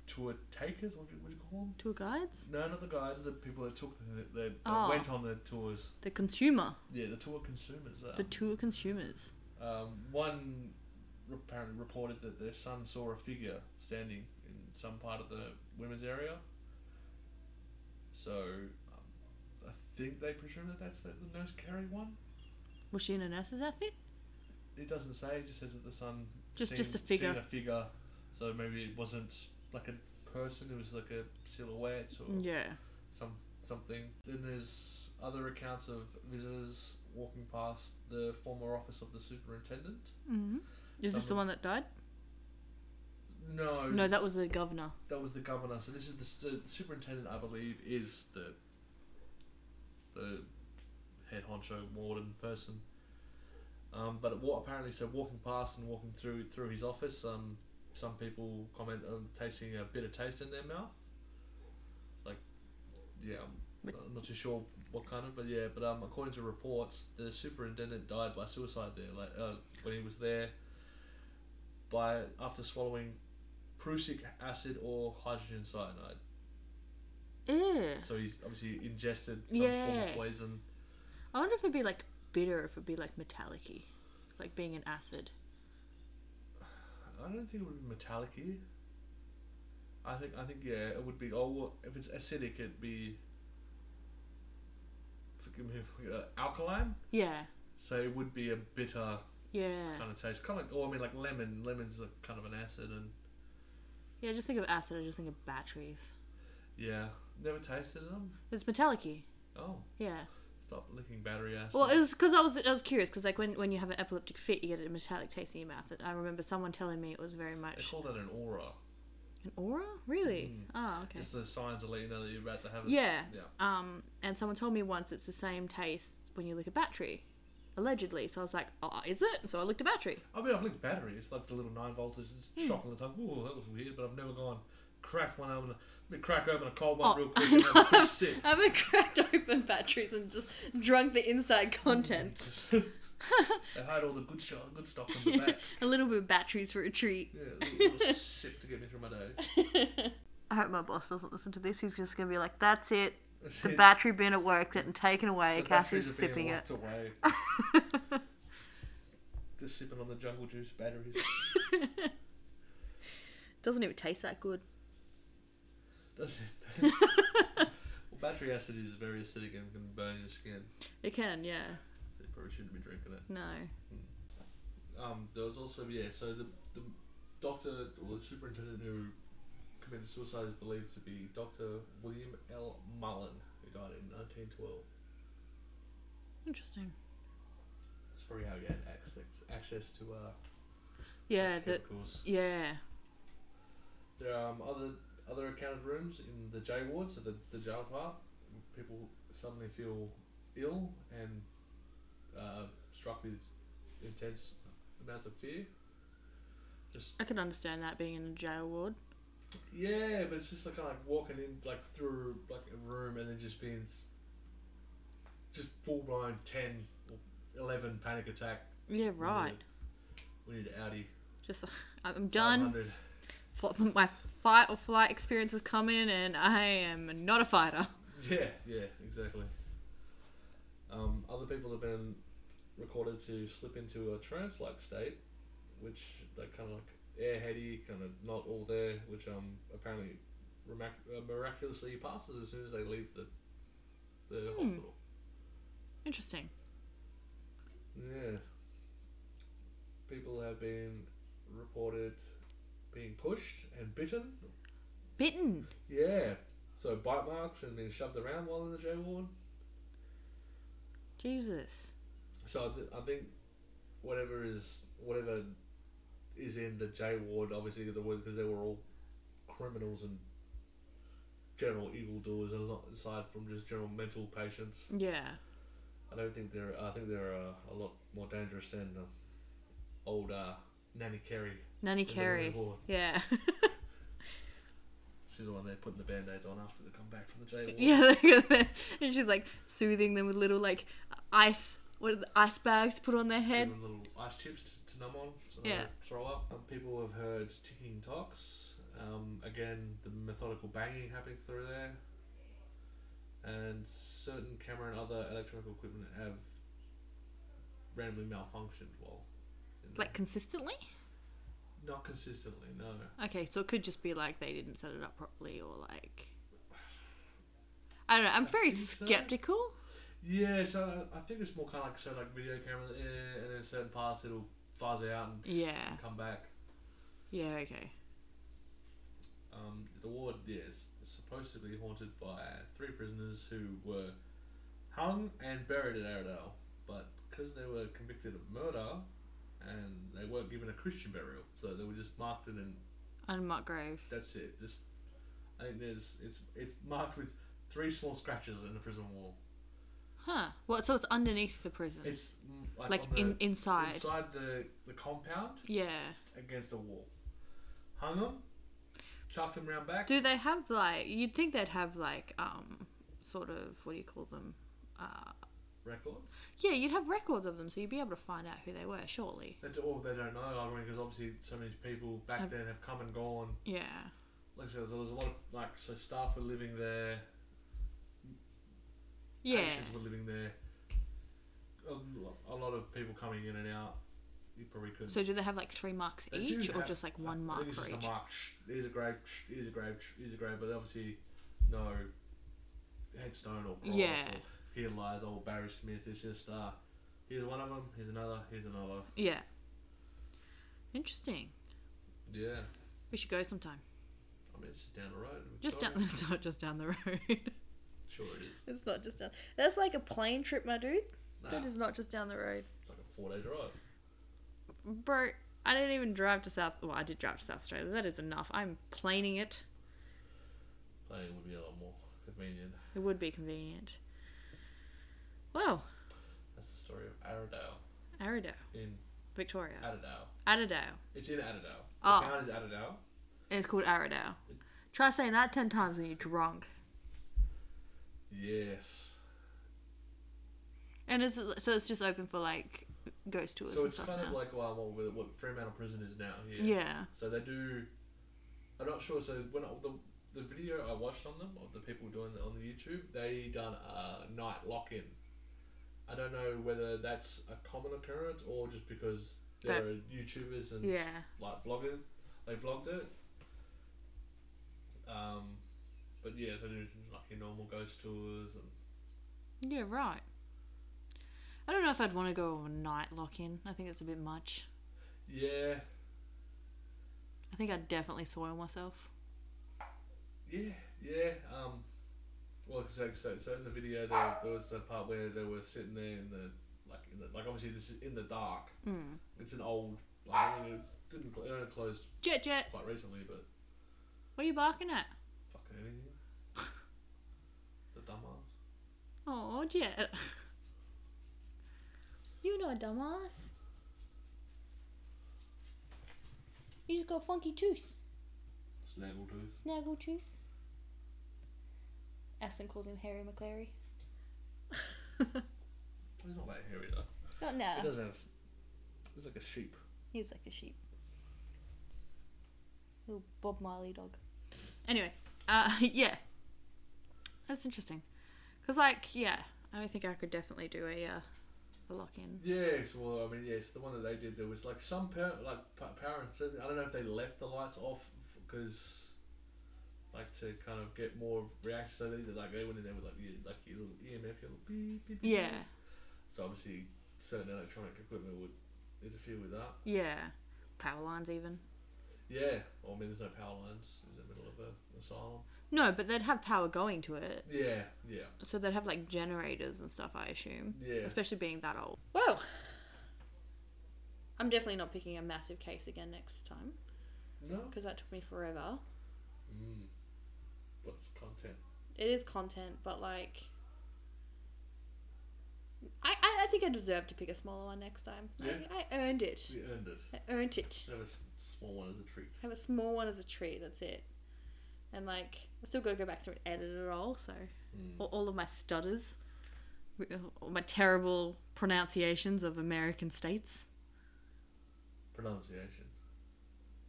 S1: Tour guides?
S2: No, not the guys. The people that took the, the, that
S1: Oh.
S2: went on the tours.
S1: The consumer.
S2: Yeah, the tour consumers. Um,
S1: The tour consumers.
S2: um, one apparently reported that their son saw a figure standing in some part of the women's area. So um, I think they presume that that's the, the nurse Carrie one.
S1: Was she in a nurse's outfit?
S2: It doesn't say. It just says that the son
S1: Just- just a figure.
S2: seen a figure. So maybe it wasn't like a person. It was like a silhouette or
S1: Yeah.
S2: some something. Then there's other accounts of visitors walking past the former office of the superintendent.
S1: hmm Is this the one
S2: Someone-
S1: that died?
S2: No,
S1: No,
S2: this-
S1: that was the governor.
S2: that was the governor. So this is the, st- superintendent, I believe, is the the head honcho warden person. Um, but wa- apparently, so walking past and walking through through his office, um, some people comment on tasting a bitter taste in their mouth. Like, yeah, I'm
S1: But-
S2: not- not too sure what kind of, but yeah, but um, according to reports, the superintendent died by suicide there, like uh, when he was there, by after swallowing prussic acid or hydrogen cyanide.
S1: Yeah.
S2: So he's obviously ingested some form
S1: Yeah.
S2: of poison.
S1: I wonder if it'd be like bitter, if it'd be like metallic-y. Like being an acid.
S2: I don't think it would be metallic y. I think I think yeah, it would be. Oh, well, if it's acidic, it'd be. Forgive me, uh, alkaline.
S1: Yeah.
S2: So it would be a bitter
S1: Yeah.
S2: kind of taste, kind of like. Oh, I mean, like lemon. Lemon's a kind of an acid, and
S1: Yeah, I just think of acid, I just think of batteries.
S2: yeah, never tasted them.
S1: It's metallic-y.
S2: Oh,
S1: Yeah.
S2: stop licking battery acid.
S1: Well, it was because I was I was curious because like when, when you have an epileptic fit, you get a metallic taste in your mouth. And I remember someone telling me it was very
S2: they
S1: much
S2: call that an aura.
S1: an aura. Really?
S2: Mm.
S1: Oh, okay.
S2: It's the signs that let you know that you're about to have it.
S1: Yeah.
S2: Yeah.
S1: Um, and someone told me once it's the same taste when you lick a battery, allegedly. So I was like, oh, is it? So I licked a battery.
S2: I mean, I've licked battery. It's like the little nine voltage. It's
S1: Hmm.
S2: shocking. It's like, ooh, that was weird. But I've never gone crack one open. Let me crack open a cold
S1: Oh,
S2: one real quick.
S1: I
S2: And have a
S1: know.
S2: quick sip.
S1: I haven't cracked open batteries and just drunk the inside contents.
S2: they hide all the good stuff, good stuff in the back.
S1: a little bit of batteries for a treat.
S2: Yeah, a little, little sip to get me through my day.
S1: I hope my boss doesn't listen to this. He's just gonna be like, "That's it. The
S2: Yeah,
S1: battery bin at work getting taken away.
S2: the
S1: Cassie's
S2: batteries are
S1: sipping
S2: being
S1: it."
S2: locked Away. Just sipping on the jungle juice batteries.
S1: Doesn't even taste that good.
S2: Does it? well, battery acid is very acidic and can burn your skin.
S1: It can, yeah.
S2: So you probably shouldn't be drinking it.
S1: No.
S2: Um, there was also yeah. So the the doctor or the superintendent who committed suicide is believed to be Doctor William L. Mullen, who died in 1912.
S1: Interesting.
S2: That's probably how he had access access to uh
S1: Yeah. That.
S2: chemicals.
S1: Yeah.
S2: There are um, other other accounted rooms in the J ward, so the the jail part. People suddenly feel ill and uh, struck with intense amounts of fear. Just
S1: I can understand that being in a jail ward.
S2: Yeah, but it's just like kind of like walking in like through like a room and then just being s- just full blown 10 or 11 panic attack.
S1: Yeah. Right.
S2: We need, we need Audi.
S1: Just I'm done.
S2: 500.
S1: Fl- My fight or flight experience has come in, and I am not a fighter.
S2: Yeah, yeah, exactly. Um, other people have been recorded to slip into a trance like state, which they're kind of like airheady, kind of not all there, which um apparently remac- uh, miraculously passes as soon as they leave the the
S1: Hmm.
S2: hospital.
S1: Interesting.
S2: Yeah. People have been reported being pushed and bitten.
S1: Bitten.
S2: Yeah. So bite marks and being shoved around while in the jail ward.
S1: Jesus.
S2: So I, th- I think whatever is whatever is in the J ward, obviously the word because they were all criminals and general evildoers, a lot- aside from just general mental patients.
S1: Yeah.
S2: I don't think they're. I think they're uh, a lot more dangerous than the old uh, nanny Kerry.
S1: Nanny
S2: in the Red
S1: Carey.
S2: Ward.
S1: Yeah.
S2: She's the one they're putting the band aids on after they come back from the jail. ward.
S1: yeah. look at that. and she's like soothing them with little like ice. What are the ice bags to put on their
S2: Give
S1: head?
S2: them little ice chips to, to numb on, so
S1: Yeah.
S2: they throw up. Um, people have heard ticking tocks, Um, again, the methodical banging happening through there. And certain camera and other electronic equipment have randomly malfunctioned while. in there.
S1: Like consistently?
S2: Not consistently, no.
S1: Okay, so it could just be like they didn't set it up properly or like. I don't know. I'm
S2: I
S1: very
S2: think so.
S1: skeptical.
S2: Yeah, so I I think it's more kind of like, so like video camera, eh, and then certain parts it'll fuzz out and
S1: Yeah.
S2: come back.
S1: Yeah, okay.
S2: Um, the ward yeah, is supposed to be haunted by three prisoners who were hung and buried at Aradale, but because they were convicted of murder and they weren't given a Christian burial, so they were just marked in and
S1: Unmarked grave.
S2: that's it. Just I think there's it's it's marked with three small scratches in the prison wall.
S1: Huh. What? So it's underneath the prison?
S2: It's mm, like,
S1: like
S2: on the,
S1: in inside.
S2: inside the the compound
S1: Yeah.
S2: against the wall. Hung them, chucked them round back.
S1: Do they have like? You'd think they'd have like um sort of what do you call them? Uh,
S2: records.
S1: yeah, you'd have records of them, so you'd be able to find out who they were. Surely.
S2: They do, or they don't know, I mean, because obviously so many people back
S1: Have-
S2: then have come and gone.
S1: Yeah.
S2: Like I said, there was a lot of, like, so staff were living there,
S1: Yeah.
S2: patients were living there, a, lo- a lot of people coming in and out. You probably couldn't.
S1: So do they have like three marks
S2: They do
S1: each, or
S2: have-
S1: just like
S2: I
S1: one mark
S2: think it's
S1: for
S2: just
S1: each?
S2: a mark. Shh, Here's a grave, shh, here's a grave, shh, here's a grave, but obviously no headstone or cross
S1: Yeah.
S2: or here lies old Barry Smith. It's just, uh, here's one of them, here's another, here's another.
S1: Yeah. Interesting.
S2: Yeah.
S1: We should go sometime.
S2: I mean, it's just down the road. in
S1: Just down.
S2: Victoria.
S1: It's not just down the road.
S2: Sure it is.
S1: it's not just down. That's like a plane trip, my dude.
S2: Nah,
S1: That is not just down the road,
S2: it's like a four day drive.
S1: bro. I didn't even drive to South. Well, I did drive to South Australia. That is enough. I'm planing it.
S2: Plane would be a lot more convenient.
S1: It would be convenient. Well,
S2: That's the story of Aradale
S1: Aradale,
S2: in
S1: Victoria.
S2: Aradale.
S1: Aradale.
S2: It's in Aradale.
S1: Oh.
S2: The town is Aradale.
S1: And it's called Aradale. Try saying that ten times when you're drunk.
S2: Yes.
S1: And it's so it's just open for like ghost tours
S2: So
S1: and
S2: it's
S1: stuff
S2: kind
S1: now.
S2: of like well, what, we- what Fremantle Prison is now. Here.
S1: yeah.
S2: So they do. I'm not sure. So when I, the the video I watched on them of the people doing it on the YouTube, they done a night lock in. I don't know whether that's a common occurrence or just because there
S1: That-
S2: are YouTubers and
S1: Yeah.
S2: like blogging. They vlogged it. Um, but yeah, they do like your normal ghost tours and
S1: Yeah. Right. I don't know if I'd want to go on a night lock in. I think it's a bit much.
S2: yeah,
S1: I think I'd definitely soil myself.
S2: yeah, yeah. Um, well, so so, so in the video there, there was the part where they were sitting there in the like in the, like obviously this is in the dark.
S1: Mm.
S2: It's an old like I mean, it didn't cl- it only closed
S1: Jet Jet,
S2: quite recently, but
S1: what are you barking at?
S2: fucking anything. the dumbass.
S1: Oh, Jet. You know, dumbass. You just got funky tooth.
S2: Snaggletooth.
S1: Snaggle tooth. Aston calls him Harry McClary.
S2: He's not that hairy though.
S1: Not
S2: He
S1: now.
S2: doesn't have. He's like a sheep.
S1: He's like a sheep. Little Bob Marley dog. Anyway, uh, yeah. That's interesting. Because, like, yeah, I don't think I could definitely do a, uh, a lock in.
S2: Yes, well, I mean, yes, the one that they did, there was like some par- like pa- parents. I don't know if they left the lights off because, like, to kind of get more reaction. So they like they went in there with like your, like your little EMF, your little beep, beep, beep.
S1: Yeah,
S2: So obviously, certain electronic equipment would interfere with that.
S1: yeah. Power lines, even.
S2: Yeah. Well, I mean, there's no power lines in the middle of a an asylum.
S1: No, but they'd have power going to it.
S2: Yeah. Yeah.
S1: So they'd have like generators and stuff, I assume.
S2: Yeah.
S1: Especially being that old. Well, I'm definitely not picking a massive case again next time
S2: No.
S1: because that took me forever.
S2: Mm. Lots of content.
S1: It is content, but like, I, I, I think I deserve to pick a smaller one next time.
S2: Yeah.
S1: I, I earned it.
S2: We earned it.
S1: I earned it.
S2: Have a s- small one as a treat.
S1: Have a small one as a treat. That's it. And like, I still got to go back through and edit it all. So.
S2: Mm.
S1: all, all of my stutters, all my terrible pronunciations of American states.
S2: Pronunciation.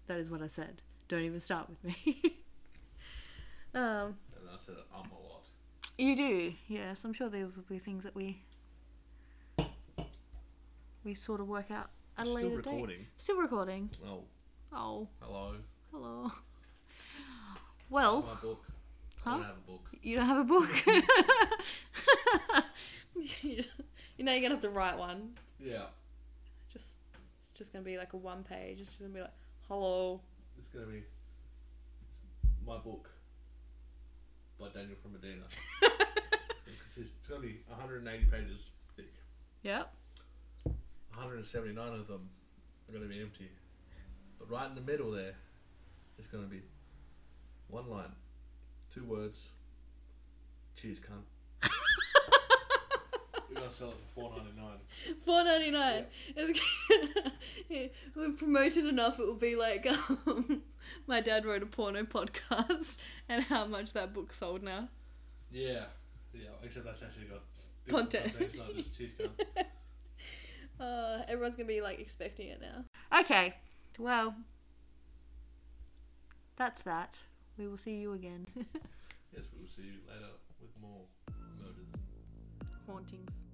S1: That is what I said. Don't even start with me. um,
S2: And I said um a lot.
S1: you do, yes. I'm sure those will be things that we we sort of work out at a
S2: Still
S1: later date.
S2: recording.
S1: Still recording.
S2: Oh,
S1: Oh,
S2: hello.
S1: hello. Well,
S2: My book.
S1: Huh?
S2: I don't have a book.
S1: you don't have a book. you know you're gonna have to write one.
S2: Yeah.
S1: Just it's just gonna be like a one page. It's just gonna be like, hello.
S2: It's gonna be my book by Daniel from Medina. it's, it's gonna be 180 pages thick.
S1: Yep.
S2: 179 of them are gonna be empty, but right in the middle there is gonna be one line, two words. Cheers, cunt. We're gonna sell it for 4.99.
S1: Four ninety nine. It's yeah, when promoted enough. It will be like um, my dad wrote a porno podcast and how much that book sold now.
S2: Yeah, yeah. Except that's actually got decent
S1: Content.
S2: It's not just cheese cunt.
S1: Uh, everyone's gonna be like expecting it now. Okay. Well, that's that. We will see you again.
S2: Yes, we will see you later with more murders.
S1: Hauntings.